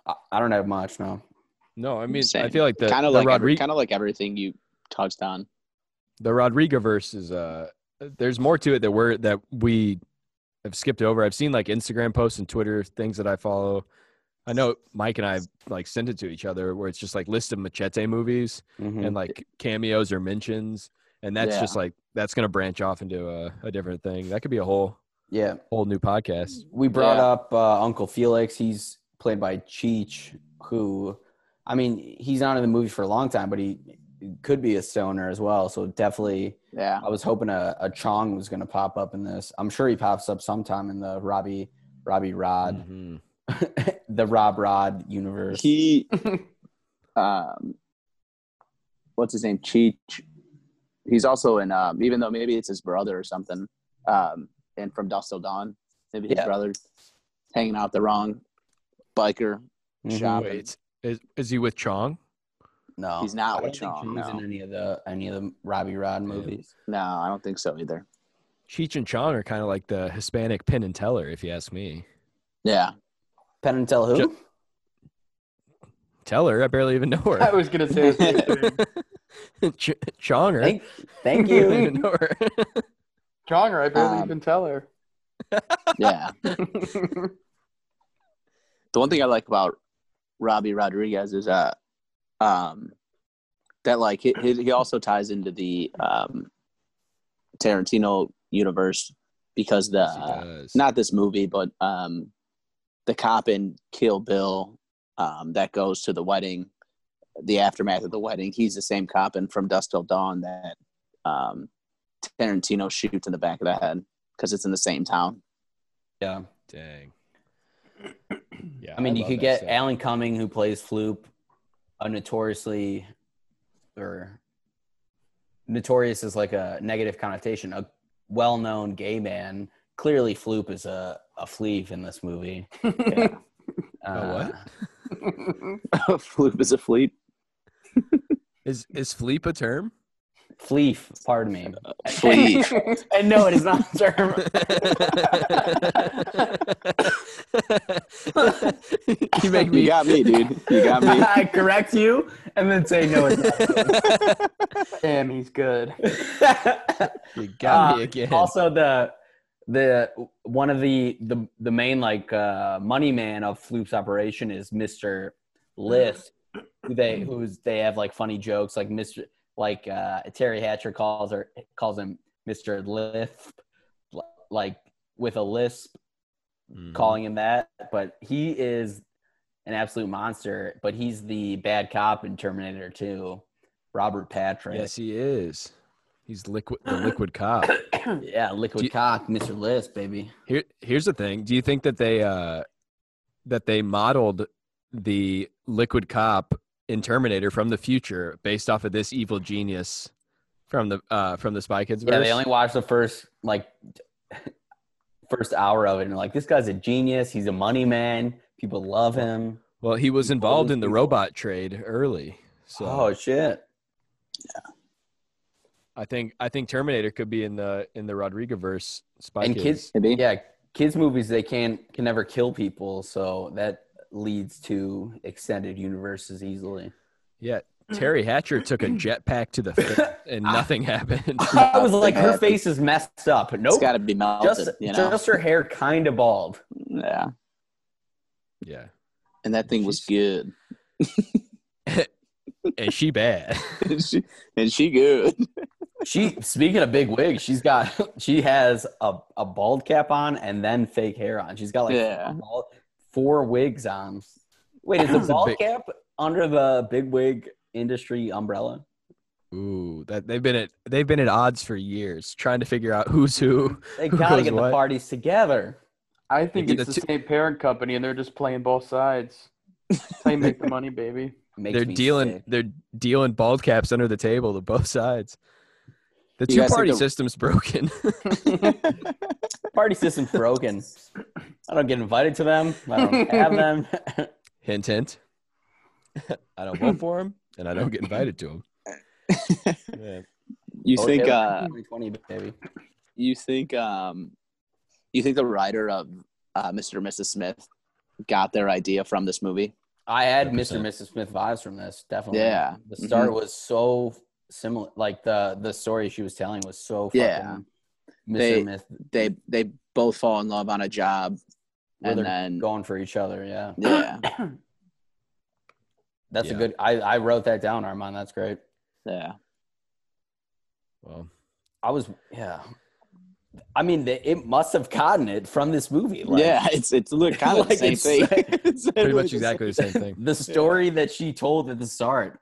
Speaker 2: I, I don't have much. No.
Speaker 4: No, I mean I
Speaker 7: Same.
Speaker 4: feel like the
Speaker 7: kind
Speaker 4: the
Speaker 7: of like
Speaker 4: Rodri-
Speaker 7: every, kind of like everything you touched on.
Speaker 4: the Rodriguez verse is uh there's more to it that we're that we have skipped over. I've seen like Instagram posts and Twitter things that I follow. I know Mike and I like sent it to each other where it's just like list of machete movies
Speaker 2: Mhm.
Speaker 4: and like cameos or mentions and that's
Speaker 7: Mm-hmm. Yeah.
Speaker 4: just like that's gonna branch off into a, a different thing that could be a whole
Speaker 2: yeah.
Speaker 4: whole new podcast
Speaker 2: We brought
Speaker 7: Yeah.
Speaker 2: up uh, Uncle Felix. He's played by Cheech, who, I mean, he's not in the movie for a long time, but he could be a stoner as well. So definitely,
Speaker 7: Yeah.
Speaker 2: I was hoping a, a Chong was going to pop up in this. I'm sure he pops up sometime in the Robbie Robbie Rod,
Speaker 4: Mm-hmm. Mm.
Speaker 2: the Rob Rod universe.
Speaker 7: He, um, what's his name? Cheech. He's also in, um, even though maybe it's his brother or something, um, and from Dust Till Dawn, maybe his
Speaker 2: Yeah.
Speaker 7: brother hanging out the wrong biker
Speaker 2: Mhm.
Speaker 7: shop. and
Speaker 4: Wait, is, is he with chong
Speaker 2: No,
Speaker 7: He's not
Speaker 2: I don't
Speaker 7: with
Speaker 2: think
Speaker 7: Chong,
Speaker 2: Chong's
Speaker 7: no.
Speaker 2: in any of the any of the Robbie Rod movies.
Speaker 7: No, I don't think so either.
Speaker 4: cheech and chong are kind of like the hispanic penn and teller if you ask me
Speaker 7: Yeah.
Speaker 2: Penn and Tell who?
Speaker 4: Ju- Tell her. I barely even know her.
Speaker 6: I was gonna say the same thing.
Speaker 4: Ch- Chong her.
Speaker 2: Thank, thank
Speaker 4: I don't
Speaker 2: you.
Speaker 4: even know her.
Speaker 6: Jonger, I barely
Speaker 7: Um,
Speaker 6: even tell her.
Speaker 7: Yeah. the one thing I like about Robbie Rodriguez is uh, um, that like he, he he also ties into the um, Tarantino universe because the
Speaker 4: Yes, he
Speaker 7: uh,
Speaker 4: does.
Speaker 7: not this movie but um, the cop in Kill Bill um, that goes to the wedding, the aftermath of the wedding. He's the same cop in From Dust Till Dawn that um, Tarantino shoots in the back of the head because it's in the same town.
Speaker 2: yeah.
Speaker 4: Dang. Yeah.
Speaker 2: I mean, you
Speaker 4: love
Speaker 2: could
Speaker 4: that
Speaker 2: get
Speaker 4: stuff.
Speaker 2: Alan Cumming, who plays Floop, a notoriously or notorious is like a negative connotation, a well known gay man. Clearly, Floop is a, a fleeve in this movie. Uh,
Speaker 4: what?
Speaker 7: Floop is a fleet.
Speaker 4: Is is fleep a term?
Speaker 2: Fleef, pardon me.
Speaker 7: Fleet.
Speaker 2: And no, it is not a term.
Speaker 4: you make me
Speaker 7: you got me, dude. You got me.
Speaker 2: I correct you and then say no, it's
Speaker 6: Damn, he's good.
Speaker 2: not.
Speaker 4: You got
Speaker 2: Uh,
Speaker 4: me again.
Speaker 2: also the the one of the the, the main like uh, money man of Floop's operation is Mr. List, who they who's they have like funny jokes like Mr. like uh, Terry Hatcher calls her calls him Mr. Lisp, li- like with a lisp,
Speaker 4: Mhm.
Speaker 2: calling him that. But he is an absolute monster. But he's the bad cop in Terminator Two, Robert Patrick.
Speaker 4: Yes, he is. He's liquid. The liquid cop.
Speaker 2: yeah, liquid
Speaker 4: Do you-
Speaker 2: cock, Mr. Lisp, baby.
Speaker 4: Here, here's the thing. Do you think that they uh, that they modeled the liquid cop in Terminator from the future based off of this evil genius from the uh, from the Spy Kids?
Speaker 2: Yeah,
Speaker 4: verse?
Speaker 2: they only watched the first like first hour of it, and they're like, this guy's a genius. He's a money man. People love him.
Speaker 4: well, he was
Speaker 2: All
Speaker 4: involved
Speaker 2: those
Speaker 4: in the
Speaker 2: people.
Speaker 4: robot trade early. So
Speaker 2: Oh shit!
Speaker 4: I think I think Terminator could be in the in the Rodriguez Spy
Speaker 2: and
Speaker 4: Kids.
Speaker 2: kids,
Speaker 7: Maybe.
Speaker 2: yeah, kids movies they can can never kill people, so that leads to extended universes easily.
Speaker 4: Yeah, Terry Hatcher took a jetpack to the face and nothing happened.
Speaker 2: I was like, her
Speaker 7: Happened.
Speaker 2: face is messed up.
Speaker 7: It's
Speaker 2: Nope,
Speaker 7: got to be melted,
Speaker 2: just
Speaker 7: you know.
Speaker 2: just her hair kind of bald.
Speaker 7: yeah,
Speaker 4: yeah,
Speaker 7: and that thing was good.
Speaker 4: and she bad.
Speaker 7: and, she, and she good.
Speaker 2: She speaking of big wig, she's got she has a, a bald cap on and then fake hair on. She's got like
Speaker 7: Yeah.
Speaker 2: bald- four wigs on. Wait, is the
Speaker 4: It's a
Speaker 2: bald
Speaker 4: big-
Speaker 2: cap under the big wig industry umbrella?
Speaker 4: Ooh, that they've been at they've been at odds for years trying to figure out who's who.
Speaker 2: They
Speaker 4: Who
Speaker 2: gotta
Speaker 4: goes
Speaker 2: get
Speaker 4: what?
Speaker 2: the parties together.
Speaker 6: I think
Speaker 4: Maybe
Speaker 6: it's the
Speaker 4: the two-
Speaker 6: same parent company, and they're just playing both sides. That's how you make the money, baby.
Speaker 2: Makes
Speaker 4: They're
Speaker 2: me
Speaker 4: dealing
Speaker 2: sick.
Speaker 4: they're dealing bald caps under the table to both sides. The two
Speaker 7: You guys think
Speaker 4: party
Speaker 7: the-
Speaker 4: system's broken.
Speaker 2: Party system's broken. I don't get invited to them. I don't have them.
Speaker 4: hint, hint. I don't vote for him, and I don't get invited to him. Yeah.
Speaker 7: You
Speaker 2: oh,
Speaker 7: think? Uh,
Speaker 2: 2020, baby.
Speaker 7: you think? Um, you think the writer of uh, Mr. and Mrs. Smith got their idea from this movie?
Speaker 2: I had mister
Speaker 4: 100%.
Speaker 2: and Mrs. Smith vibes from this, definitely.
Speaker 7: Yeah. Mm-hmm.
Speaker 2: The start was so similar like the the story she was telling was so fucking
Speaker 7: Yeah.
Speaker 2: Mr.
Speaker 7: They-
Speaker 2: and Miss
Speaker 7: They they both fall in love on a job,
Speaker 2: where
Speaker 7: and
Speaker 2: they're
Speaker 7: then
Speaker 2: going for each other, yeah.
Speaker 7: yeah,
Speaker 2: That's
Speaker 4: Yeah.
Speaker 2: a good I, I wrote that down, Armand. That's great.
Speaker 7: yeah.
Speaker 4: Well,
Speaker 2: I was yeah. I mean, they, it must have gotten it from this movie. Like,
Speaker 7: yeah, it's it's look kind of
Speaker 2: Like
Speaker 7: the same
Speaker 2: it's-
Speaker 7: thing.
Speaker 4: pretty much exactly the same thing.
Speaker 2: the story that she told at the start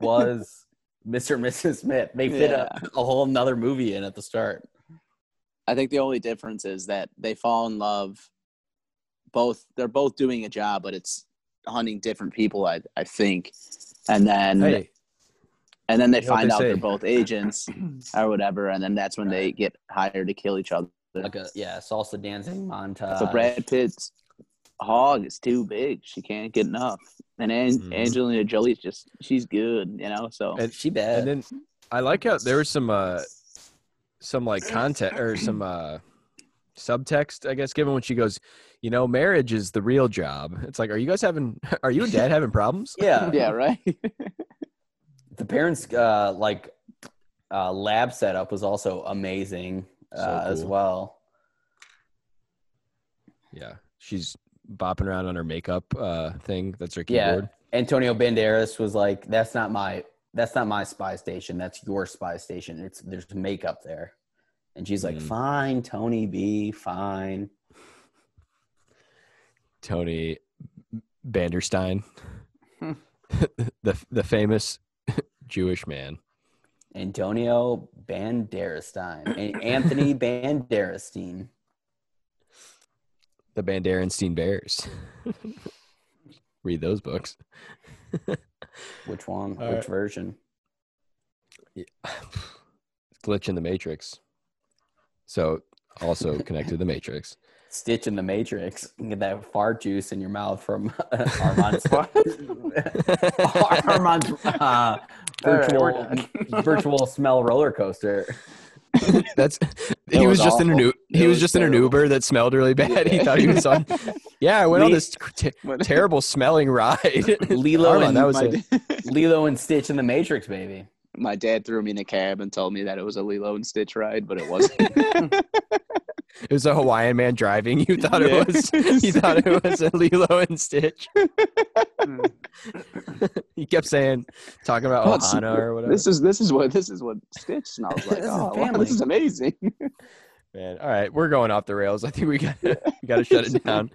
Speaker 2: was Mr. and Mrs. Smith. They fit a, a whole nother movie in at the start.
Speaker 7: I think the only difference is that they fall in love. Both they're both doing a job, but it's hunting different people. I I think, and then
Speaker 4: Hey,
Speaker 7: and then they
Speaker 4: you know what
Speaker 7: find
Speaker 4: they
Speaker 7: out
Speaker 4: say.
Speaker 7: they're both agents or whatever, and then that's when they get hired to kill each other.
Speaker 2: Like a yeah, salsa dancing montage.
Speaker 4: Uh,
Speaker 7: so Brad Pitt's hog is too big; she can't get enough. And An-
Speaker 4: Mhm.
Speaker 7: Angelina Jolie's just she's good, you know. So
Speaker 4: And-
Speaker 2: Oh, she bad.
Speaker 4: and then I like how there was some uh some like content or some uh subtext, I guess, given when she goes, you know, marriage is the real job. It's like, are you guys having? Are you and Dad having problems?
Speaker 2: Yeah.
Speaker 7: yeah, right.
Speaker 2: The parents' uh, like uh, lab setup was also amazing
Speaker 4: So
Speaker 2: uh, as
Speaker 4: cool.
Speaker 2: well.
Speaker 4: Yeah, she's bopping around on her makeup uh, thing. That's her
Speaker 2: Yeah.
Speaker 4: keyboard.
Speaker 2: Antonio Banderas was like, "That's not my that's not my spy station. That's your spy station. It's there's makeup there." And she's like,
Speaker 4: Mm.
Speaker 2: "Fine, Tony B, fine."
Speaker 4: Tony Banderstein,
Speaker 6: Hmm.
Speaker 4: the the famous Jewish man.
Speaker 2: Antonio Banderasstein and Anthony Banderasstein.
Speaker 4: the Banderenstein Bears. Read those books.
Speaker 2: Which one?
Speaker 4: All
Speaker 2: which
Speaker 4: right.
Speaker 2: version?
Speaker 4: Glitch in the Matrix. So also connected to the Matrix.
Speaker 2: Stitch in the Matrix. You Get that fart juice in your mouth from Armand. Armand's uh,
Speaker 6: All right,
Speaker 2: virtual
Speaker 6: we're
Speaker 2: virtual smell roller coaster.
Speaker 4: That's he was,
Speaker 7: was
Speaker 4: just in an
Speaker 7: awful.
Speaker 4: Uber. He
Speaker 7: It
Speaker 4: was,
Speaker 7: was
Speaker 4: just in an
Speaker 7: terrible.
Speaker 4: Uber that smelled really bad. He thought he was on. Yeah, I went on
Speaker 7: Me-
Speaker 4: this t- terrible smelling ride.
Speaker 2: Lilo
Speaker 4: Armand,
Speaker 2: and
Speaker 4: that was
Speaker 7: my,
Speaker 4: it.
Speaker 7: da-
Speaker 2: Lilo and Stitch in the Matrix, baby.
Speaker 7: my dad threw me in a cab and told me that it was a Lilo and Stitch ride, but it wasn't.
Speaker 4: It was a Hawaiian man driving. You thought
Speaker 7: Yeah.
Speaker 4: it was. You thought it was a Lilo and Stitch. He kept saying, talking about
Speaker 7: Oh, it's-
Speaker 4: Ohana or whatever.
Speaker 7: This is this is what this is what Stitch smells like.
Speaker 2: This is
Speaker 7: oh, wow,
Speaker 2: family.
Speaker 7: this is amazing.
Speaker 4: Man, all right, we're going off the rails. I think we got we got to shut it down.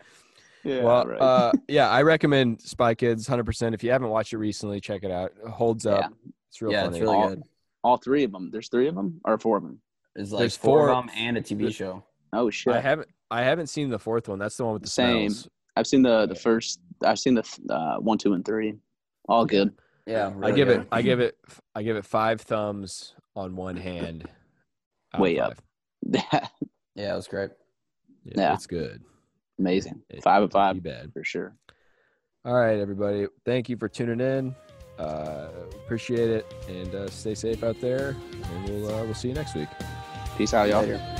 Speaker 7: Yeah,
Speaker 4: well,
Speaker 7: right.
Speaker 4: uh, yeah, I recommend Spy Kids 100%. If you haven't watched it recently, check it out. It holds up. It's real
Speaker 2: yeah,
Speaker 4: funny.
Speaker 2: it's really
Speaker 7: All-
Speaker 2: good.
Speaker 7: all three of them. There's three of them or four of them.
Speaker 2: It's like
Speaker 4: there's
Speaker 2: four,
Speaker 4: four-
Speaker 2: of them and a TV show.
Speaker 7: Oh shit!
Speaker 4: I
Speaker 7: I
Speaker 4: haven't I haven't seen the fourth one. That's the one with the
Speaker 7: Same.
Speaker 4: smells.
Speaker 7: have seen the the first. I've seen the uh, one, two, and three. All good.
Speaker 2: Yeah,
Speaker 4: I
Speaker 2: really
Speaker 4: give
Speaker 2: good.
Speaker 4: it I give it I give it 5 thumbs on one hand. out of
Speaker 7: Way up.
Speaker 4: five.
Speaker 2: Yeah, it was great.
Speaker 4: Yeah,
Speaker 7: Yeah.
Speaker 4: It's good.
Speaker 7: amazing.
Speaker 4: It-
Speaker 7: Five of
Speaker 4: You
Speaker 7: five
Speaker 4: bad.
Speaker 7: for sure.
Speaker 4: All right, everybody. Thank you for tuning in. Uh, appreciate it and uh, stay safe out there. And we'll uh, we'll see you next week.
Speaker 7: Peace out, y'all.
Speaker 2: Later.